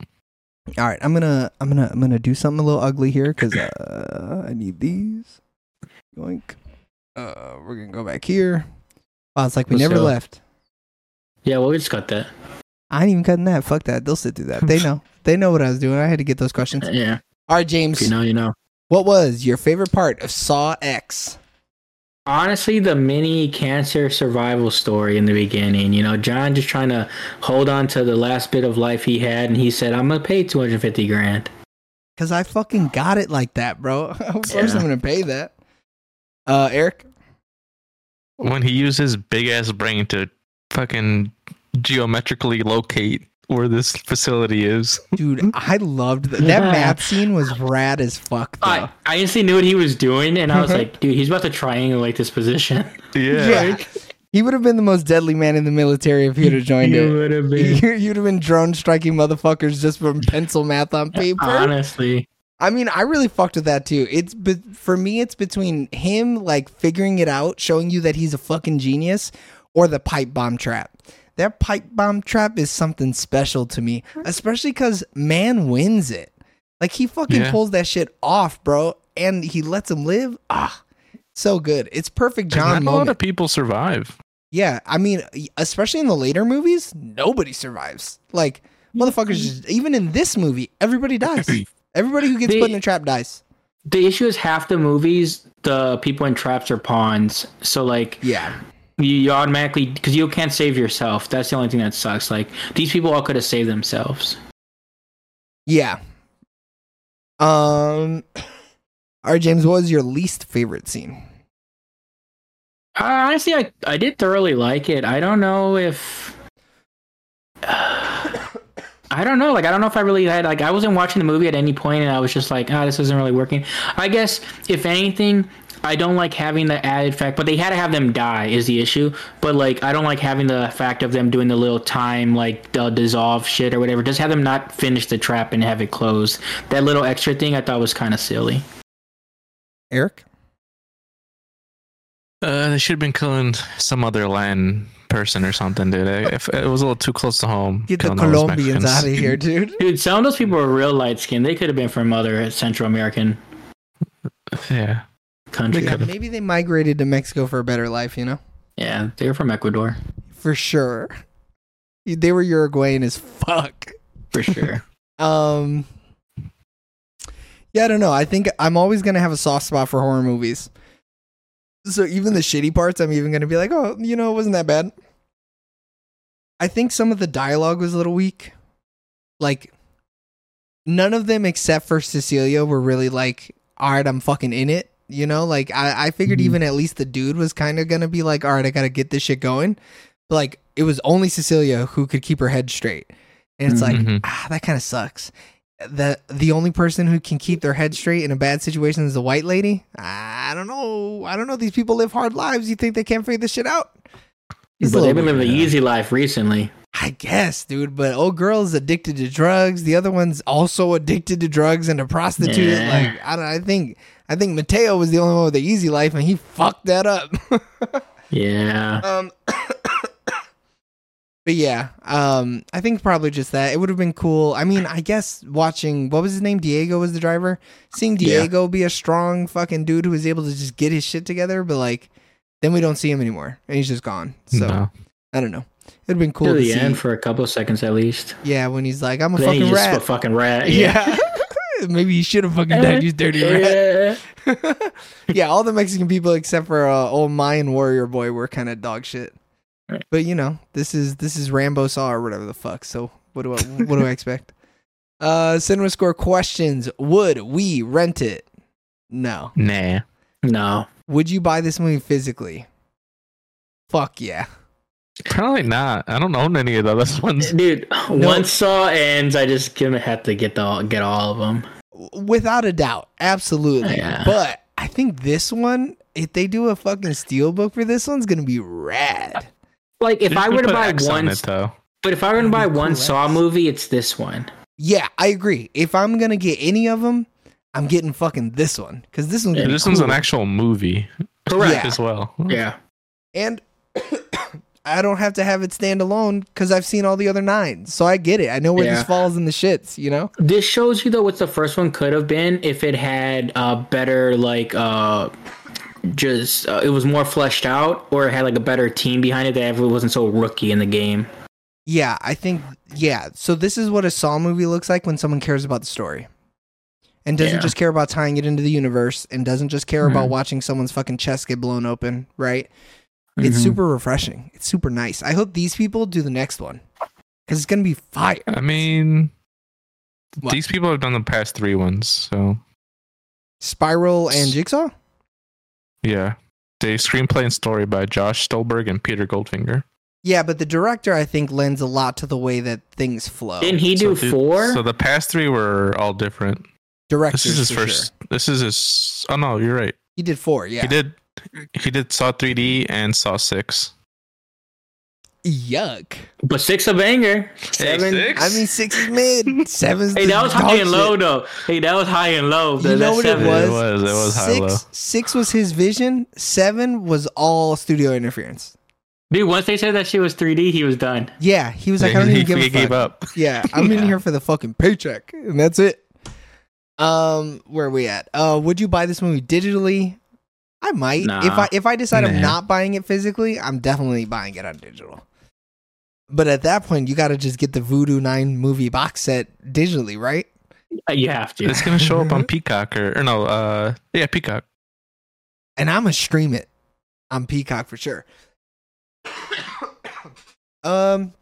D: All right, I'm gonna, I'm gonna, I'm gonna do something a little ugly here because uh, I need these. Yoink. Uh, we're gonna go back here. Wow, it's like we
B: Let's
D: never
B: go.
D: left.
B: Yeah, well, we just got that.
D: I ain't even cutting that. Fuck that. They'll sit through that. They know. they know what I was doing. I had to get those questions.
B: Yeah,
D: All right,
B: if you
D: James.
B: know, you know.
D: What was your favorite part of Saw X?
B: honestly the mini cancer survival story in the beginning you know john just trying to hold on to the last bit of life he had and he said i'm gonna pay 250 grand
D: Cause I fucking got it like that, bro. of course
A: Yeah.
D: I'm gonna pay that. Uh, Eric.
A: when he used his big ass brain to fucking geometrically locate where this facility is.
D: Dude, I loved that. That map scene was rad as fuck. Though.
B: I, I instantly knew what he was doing, and I
D: Mm-hmm.
B: was like, dude, he's about to triangulate this position.
A: Yeah.
D: yeah, he would have been the most deadly man in the military if he'd have joined
B: You
D: it.
B: would have been.
D: You'd have been drone striking motherfuckers just from pencil math on paper.
B: Honestly,
D: I mean, I really fucked with that too. It's be- for me, it's between him like figuring it out, showing you that he's a fucking genius, or the pipe bomb trap. That pipe bomb trap is something special to me, especially because man wins it. Like he fucking
A: Yeah.
D: pulls that shit off, bro, and he lets him live. Ah, so good. It's perfect
A: Not
D: John
A: a lot of
D: moment.
A: people survive.
D: Yeah, I mean, e, especially in the later movies, nobody survives. Like motherfuckers, just, even in this movie, everybody dies. Everybody who gets
B: The-
D: put in a trap dies.
B: the issue is half the movies, the people in traps are pawns. So, like,
D: Yeah.
B: you, you automatically, because you can't save yourself. That's the only thing that sucks. Like, these people all could have saved themselves.
D: Yeah. Um all right, James, what was your least favorite scene?
B: I, honestly, I, I did thoroughly like it. I don't know if. I don't know. Like, I don't know if I really had. Like, I wasn't watching the movie at any point, and I was just like, ah, this isn't really working. I guess, if anything, I don't like having the added fact, but they had to have them die, is the issue. But, like, I don't like having the fact of them doing the little time, like, the dissolve shit or whatever. Just have them not finish the trap and have it closed. That little extra thing I thought was kind of silly.
D: Eric?
A: Uh, they should have been killing some other Latin person or something, dude. I, if, it was a little too close to home.
D: Get the
A: killing all those
D: Colombians out
A: Mexicans.
D: of here, dude.
B: Dude, some of those people were real light skinned. They could have been from other Central American
A: Yeah.
B: countries.
D: Yeah, maybe they migrated to Mexico for a better life, you know?
B: Yeah, they were from Ecuador
D: For sure. They were Uruguayan as fuck.
B: for sure.
D: Um Yeah, I don't know. I think I'm always gonna have a soft spot for horror movies. So even the shitty parts, I'm even gonna be like, oh, you know, it wasn't that bad. I think some of the dialogue was a little weak. Like none of them except for Cecilia were really like, alright, I'm fucking in it. You know, like I, I figured even at least the dude was kinda gonna be like, alright, I gotta get this shit going. But like it was only Cecilia who could keep her head straight. And it's like,
A: Mhm.
D: ah, that kind of sucks. The the only person who can keep their head straight in a bad situation is the white lady. I don't know. I don't know. These people live hard lives. You think they can't figure this shit out? It's a
B: but they've
D: little
B: been living the
A: weird.
B: easy life recently.
D: I guess, dude. But old girl is addicted to drugs. The other one's also addicted to drugs and a prostitute.
B: Yeah.
D: Like I don't. I think I think Mateo was the only one with the easy life, and he fucked that up.
B: Yeah.
D: um. But yeah, um, I think probably just that. It would have been cool. I mean, I guess watching what was his name? Diego was the driver. Seeing
B: Yeah.
D: Diego be a strong fucking dude who was able to just get his shit together, but like then we don't see him anymore, and he's just gone. So
A: No.
D: I don't know. It'd been cool
B: to
D: to
B: the
D: see.
B: end for a couple seconds at least.
D: yeah, when he's like, "I'm a
B: Then
D: fucking
B: he just
D: rat."
B: a fucking rat.
D: yeah. Maybe he should have fucking died. You dirty rat.
B: Yeah.
D: yeah, all the Mexican people except for uh, old Mayan warrior boy were kind of dog shit.
B: Right.
D: But you know, this is this is Rambo Saw or whatever the fuck. So what do I what do I expect? Uh, cinema score questions: Would we rent it? No.
A: Nah.
B: No.
D: Would you buy this movie physically? Fuck yeah.
A: Probably not. I don't own any of the other ones.
B: Dude, once Saw ends, I just gonna have to get the get all of them.
D: without a doubt, absolutely.
B: Yeah.
D: But I think this one, if they do a fucking steelbook for this one's gonna be rad.
B: Like if
A: They
B: I
A: should
B: were to
A: put
B: buy
A: X on
B: one,
A: it though.
B: but if I were to
D: That'd
B: buy
D: be
B: one
D: cool,
B: Saw
D: X.
B: movie, it's this one.
D: Yeah, I agree. If I'm gonna get any of them, I'm getting fucking this one because this one's
B: Yeah,
D: gonna be
A: This one's an
D: cool.
A: actual movie
D: Correct.
A: as well.
B: Yeah.
D: and I don't have to have it stand alone because I've seen all the other nine, so I get it. I know where
B: Yeah.
D: this falls in the shits. You know,
B: This shows you though what the first one could have been if it had uh, better like uh, just uh, it was more fleshed out or it had like a better team behind it that everyone wasn't so rookie in the game.
D: yeah, I think yeah. So this is what a Saw movie looks like when someone cares about the story. And doesn't
B: Yeah.
D: just care about tying it into the universe and doesn't just care about
B: Mhm.
D: watching someone's fucking chest get blown open, right? It's
A: Mm-hmm.
B: Mhm.
D: super refreshing. It's super nice. I hope these people do the next one because it's going to be fire.
A: I mean,
D: What?
A: These people have done the past three ones, so
D: Spiral and Jigsaw.
A: yeah. The screenplay and story by Josh Stolberg and Peter Goldfinger.
D: Yeah, but the director I think lends a lot to the way that things flow.
B: Didn't he do
A: So the-
B: four?
A: So the past three were all different.
D: Director,
A: This is his first. This is his. Oh no, you're right.
D: He did four. Yeah.
A: He did. He did Saw 3D and Saw 6.
D: Yuck.
B: but six a banger. Seven.
D: I mean, six is mid. Seven's.
B: Hey,
D: the
B: that was
D: dog
B: high and low
D: shit.
B: though. Hey, that was high and low.
D: You
B: that- that
D: know what it
B: seven.
D: was?
A: It was. It was high
D: six,
A: low.
D: six was his vision. Seven was all studio interference.
B: Dude, once they said that shit was 3D, he was done.
D: Yeah, he was like, I don't
A: he,
D: even give a
A: he
D: fuck.
A: gave up.
D: Yeah, I'm in
B: Yeah.
D: here for the fucking paycheck, and that's it. Um, where are we at? Uh, would you buy this movie digitally? I might.
B: Nah.
D: If I if I decide I'm
A: Nah.
D: not buying it physically, I'm definitely buying it on digital. But at that point, you got to just get the Voodoo Nine movie box set digitally, right?
B: Uh, You have to.
A: It's gonna show up on Peacock or, or no, uh, yeah, Peacock.
D: And I'm gonna stream it on Peacock for sure. um,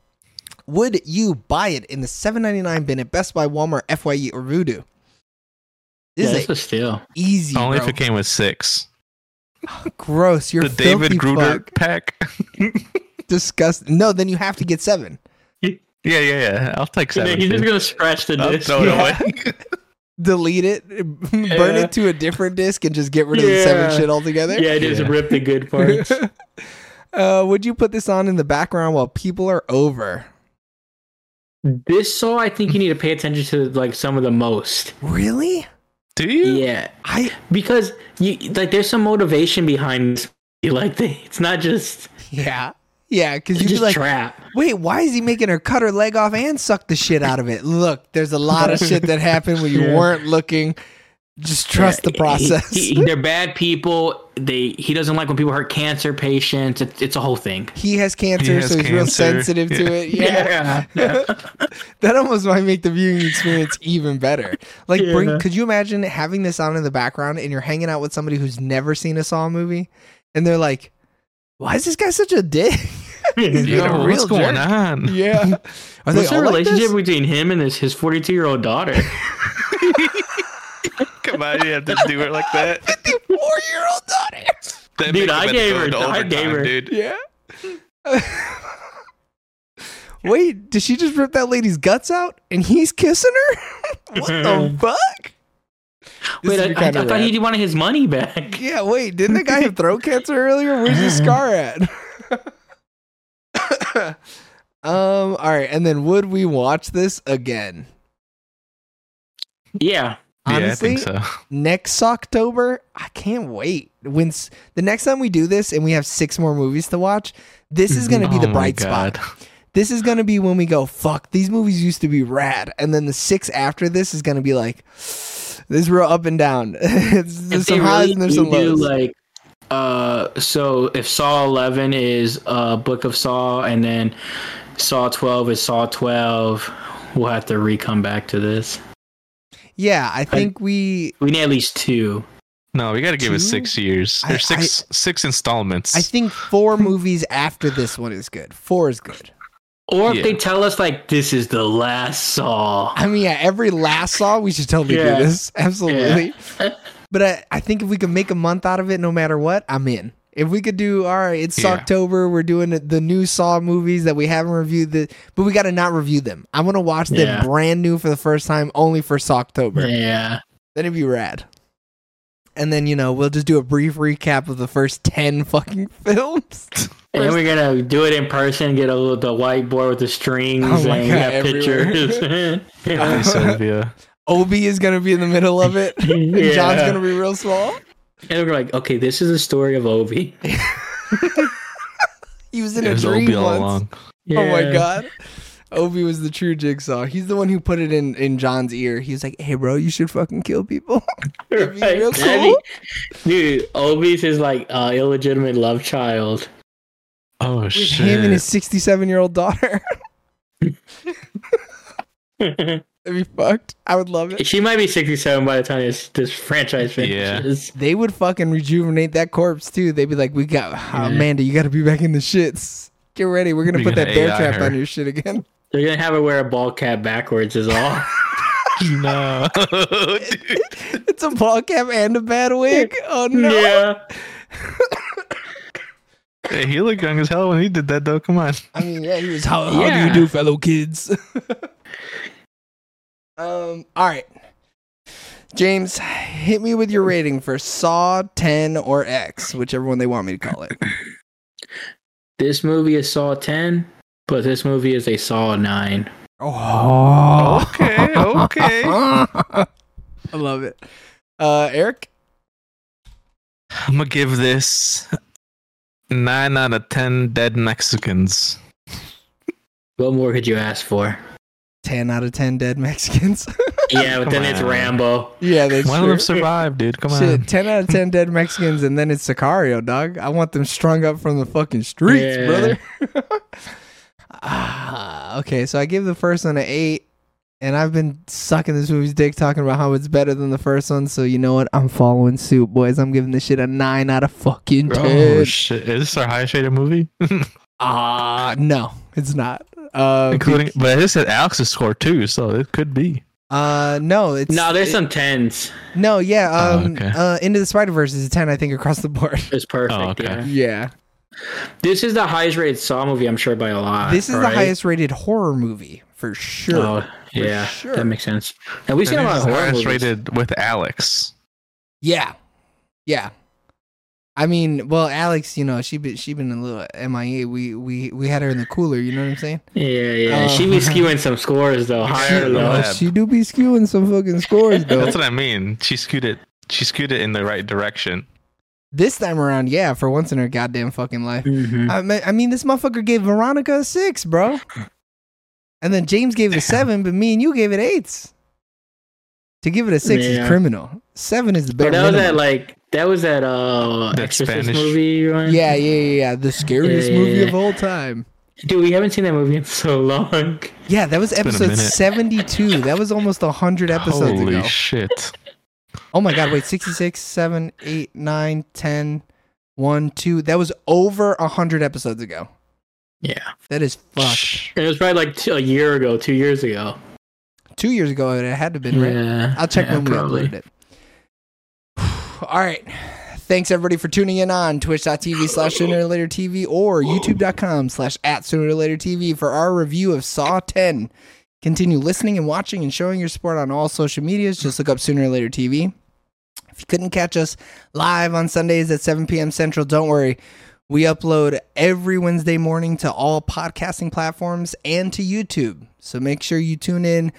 D: would you buy it in the 7.99 bin at Best Buy, Walmart, Fye, or Voodoo?
B: yeah,
D: This
B: this
D: is a
B: was still.
D: easy.
A: Only
D: bro.
A: if it came with six.
D: Gross. You're
A: the David Gruder
D: Fuck.
A: pack. yeah,
D: Disgusting. No, then you have to get seven.
A: yeah, yeah. I'll take seven.
B: He's just
A: dude.
B: gonna scratch the
A: I'll
B: disc.
A: throw it
D: Yeah.
A: away.
D: Delete it, burn
B: Yeah.
D: it to a different disc, and just get rid of the
B: Yeah.
D: seven shit altogether.
B: Yeah, just
A: Yeah.
B: rip the good parts.
D: Uh, would you put this on in the background while people are over?
B: this saw, I think you need to pay attention to like some of the most.
D: Really?
A: Do you?
B: Yeah,
D: I
B: because you like there's some motivation behind this. You like they, it's not just
D: yeah yeah because you'd be
B: just
D: like,
B: trap.
D: wait, why is he making her cut her leg off and suck the shit out of it? Look, there's a lot of shit that happened when you
B: Yeah.
D: weren't looking. Just trust the
B: He-
D: process.
B: he- he- they're bad people. They he doesn't like when people hurt cancer patients. It's it's a whole thing.
D: he has cancer,
A: has
D: so he's real
A: cancer.
D: sensitive to
A: Yeah.
D: it. Yeah. that almost might make the viewing experience even better. Like, bring,
B: Yeah.
D: could you imagine having this on in the background and you're hanging out with somebody who's never seen a Saw movie, and they're like, "Why is this guy such a dick?"
A: Dude,
D: You're a
A: what's
D: real
A: going
D: jerk.
A: on?
D: yeah, are they
B: What's the
D: all like
B: relationship
D: this?
B: between him and his his 42 year old daughter?
A: Come on, you have to do it like that.
D: Four-year-old daughter.
A: That
B: Dude,
A: makes
B: I
A: it
B: gave
A: go
B: her-
A: to
B: I gave
A: overtime,
B: her-
A: Dude.
D: Yeah. Wait, did she just rip that lady's guts out and he's kissing her? what the fuck? This
B: Wait,
D: would
B: I,
D: be
B: I, I
D: kinda
B: thought
D: rad.
B: he wanted his money back.
D: Yeah, wait, didn't the guy have throat cancer earlier? Where's his scar at? um, all right, and then would we watch this again?
B: Yeah,
D: Honestly,
A: yeah, I think so.
D: next October, I can't wait. When s- the next time we do this and we have six more movies to watch, this is going to be
A: Oh
D: the
A: my
D: bright spot.
A: God.
D: This is going to be when we go, fuck, these movies used to be rad. And then the six after this is going to be like, this is real up and down. It's- there's
B: If they
D: some highs
B: really
D: and there's
B: do
D: some
B: do,
D: lows.
B: like uh so if saw 11 is uh book of saw and then saw 12 is saw 12 we'll have to re-come back to this
D: yeah, I think we
B: we need at least two
A: No, we got to give it
D: Two?
A: six years.
D: I-
A: There's six six installments.
D: I think four movies after this one is good. Four is good.
B: or if
A: Yeah.
B: they tell us like this is the last saw
D: I mean, yeah, every last saw we should totally
B: Yeah.
D: do this. Absolutely.
B: Yeah.
D: but I, I think if we could make a month out of it, no matter what, I'm in. If we could do, all right, it's
A: Yeah.
D: October. We're doing the- the new Saw movies that we haven't reviewed, the, but we got to not review them. I'm gonna watch them
B: Yeah.
D: brand new for the first time, only for Socktober.
B: yeah
D: Then it'd be rad. And then you know we'll just do a brief recap of the first ten fucking films.
B: and then we're gonna do it in person get a little the whiteboard with the strings
D: Oh my
B: and we
D: God,
B: have
D: everywhere.
B: pictures yeah.
A: Hey, Sylvia.
D: Obi is gonna be in the middle of it. And John's
B: Yeah.
D: gonna be real small.
B: and we're like okay this is the story of obi
D: Oh He was in
A: It
D: a
A: was
D: dream
A: Obi all
D: once.
A: along.
D: Oh my
B: Yeah.
D: god. Obi was the true jigsaw. He's the one who put it in, in John's ear. He was like, "Hey, bro, you should fucking kill people." That'd be
B: Right.
D: real
B: That'd
D: cool.
B: be- dude, Obi's his like uh, illegitimate love child.
A: Oh
D: With
A: shit.
D: him and his sixty-seven-year-old daughter. That'd be fucked. I would love it.
B: she might be 67 by the time this, this franchise finishes.
D: They would fucking rejuvenate that corpse too. They'd be like, "We got Amanda. You got to be back in the shits. Get ready. We're gonna
A: We
D: put
A: gotta
D: that bear
A: AI
D: trap
A: her.
D: on your shit again."
B: They're gonna have her wear a ball cap backwards, is all.
A: no. Dude.
D: It's a ball cap and a bad wig. Oh no.
B: Yeah.
A: Hey, he looked young as hell when he did that, though. Come on.
D: I mean, yeah, he was. How, how do
B: Yeah.
D: you do, fellow kids? um. All right, James, hit me with your rating for Saw Ten or X, whichever one they want me to call it.
B: This movie is Saw 10, but this movie is a Saw 9.
D: Oh.
A: Okay, okay.
D: I love it. Uh, Eric.
A: I'm going to give this 9 out of 10 dead Mexicans.
B: What more could you ask for?
D: 10 out of 10 dead Mexicans.
B: Yeah, but then
A: Come
B: it's
A: on.
B: Rambo.
D: yeah, that's
A: One
D: true.
A: of them survived, dude. Come
D: Shit,
A: on.
D: 10 out of 10 dead Mexicans, and then it's Sicario, dog. I want them strung up from the fucking streets,
B: Yeah.
D: brother. ah, okay, so I give the first one an 8, and I've been sucking this movie's dick talking about how it's better than the first one, so you know what? I'm following suit, boys. I'm giving this shit a 9 out of fucking 10.
A: Oh, shit. Is this our highest rated movie?
D: Ah, no, it's not. Uh,
A: Including, but it said Alex's score, too, so it could be.
D: uh, no, it's
B: No, there's some 10s.
D: no, yeah.
A: Oh,
D: Um,
A: okay.
D: uh, Into the Spider Verse is a ten, I think, across the board.
B: It's perfect.
A: Oh, okay.
B: yeah.
D: yeah,
B: This is the highest rated Saw movie, I'm sure, by a lot.
D: this is the
B: Uh, right?
D: highest rated horror movie for sure.
B: Oh, yeah.
D: sure.
B: That makes sense. And we've seen a
A: And
B: lot
A: this
B: of
A: is
B: horror
A: highest
B: movies.
A: rated with Alex.
D: Yeah, yeah. I mean, well, Alex, you know, she been she been a little MIA. We we we had her in the cooler. You know what I'm saying?
B: Yeah, yeah.
D: Oh.
B: She be skewing some scores, though. Higher or
A: Yeah.
B: low.
A: Lab.
D: she do be skewing some fucking scores though.
A: That's what I mean. She skewed it. She skewed it in the right direction.
D: this time around, yeah, for once in her goddamn fucking life.
B: Mhm.
D: I mean, I mean, this motherfucker gave Veronica a six, bro. And then James gave it a seven, but me and you gave it eights. To give it a six
B: Yeah.
D: is criminal. Seven is the
B: But
D: bare
B: that was that
D: minimum.
B: like that was that uh
A: That
B: Exorcist
A: Spanish-
B: movie. Right?
D: yeah, yeah, yeah, yeah. The scariest
B: Yeah, yeah,
D: movie
B: yeah.
D: of all time.
B: dude, we haven't seen that movie in so long.
D: Yeah, that was
A: been a
D: episode
A: minute.
D: 72. That was almost 100 episodes
A: Holy
D: ago.
A: shit!
D: oh my God, wait. 66, 7, 8, 9, 10, 1, 2. That was over 100 episodes ago.
B: Yeah,
D: That is fucked.
A: Shh.
B: it was probably like two, a year ago, two years ago.
D: Two years ago, it had to have been, right?
B: Yeah,
D: I'll check
B: yeah,
D: when we uploaded it. All right. Thanks everybody for tuning in on twitch.tv slash sooner or later TV or youtube.com slash at sooner or later TV for our review of Saw 10. Continue listening and watching and showing your support on all social medias. Just look up sooner or later TV. If you couldn't catch us live on Sundays at 7 p.m. Central, don't worry. We upload every Wednesday morning to all podcasting platforms and to YouTube. So make sure you tune in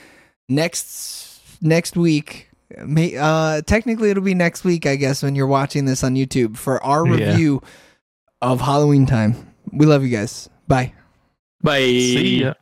D: next next week. May, uh, technically, it'll be next week, I guess, when you're watching this on YouTube for our
A: Yeah.
D: review of Halloween time. We love you guys. Bye.
B: Bye.
A: See ya.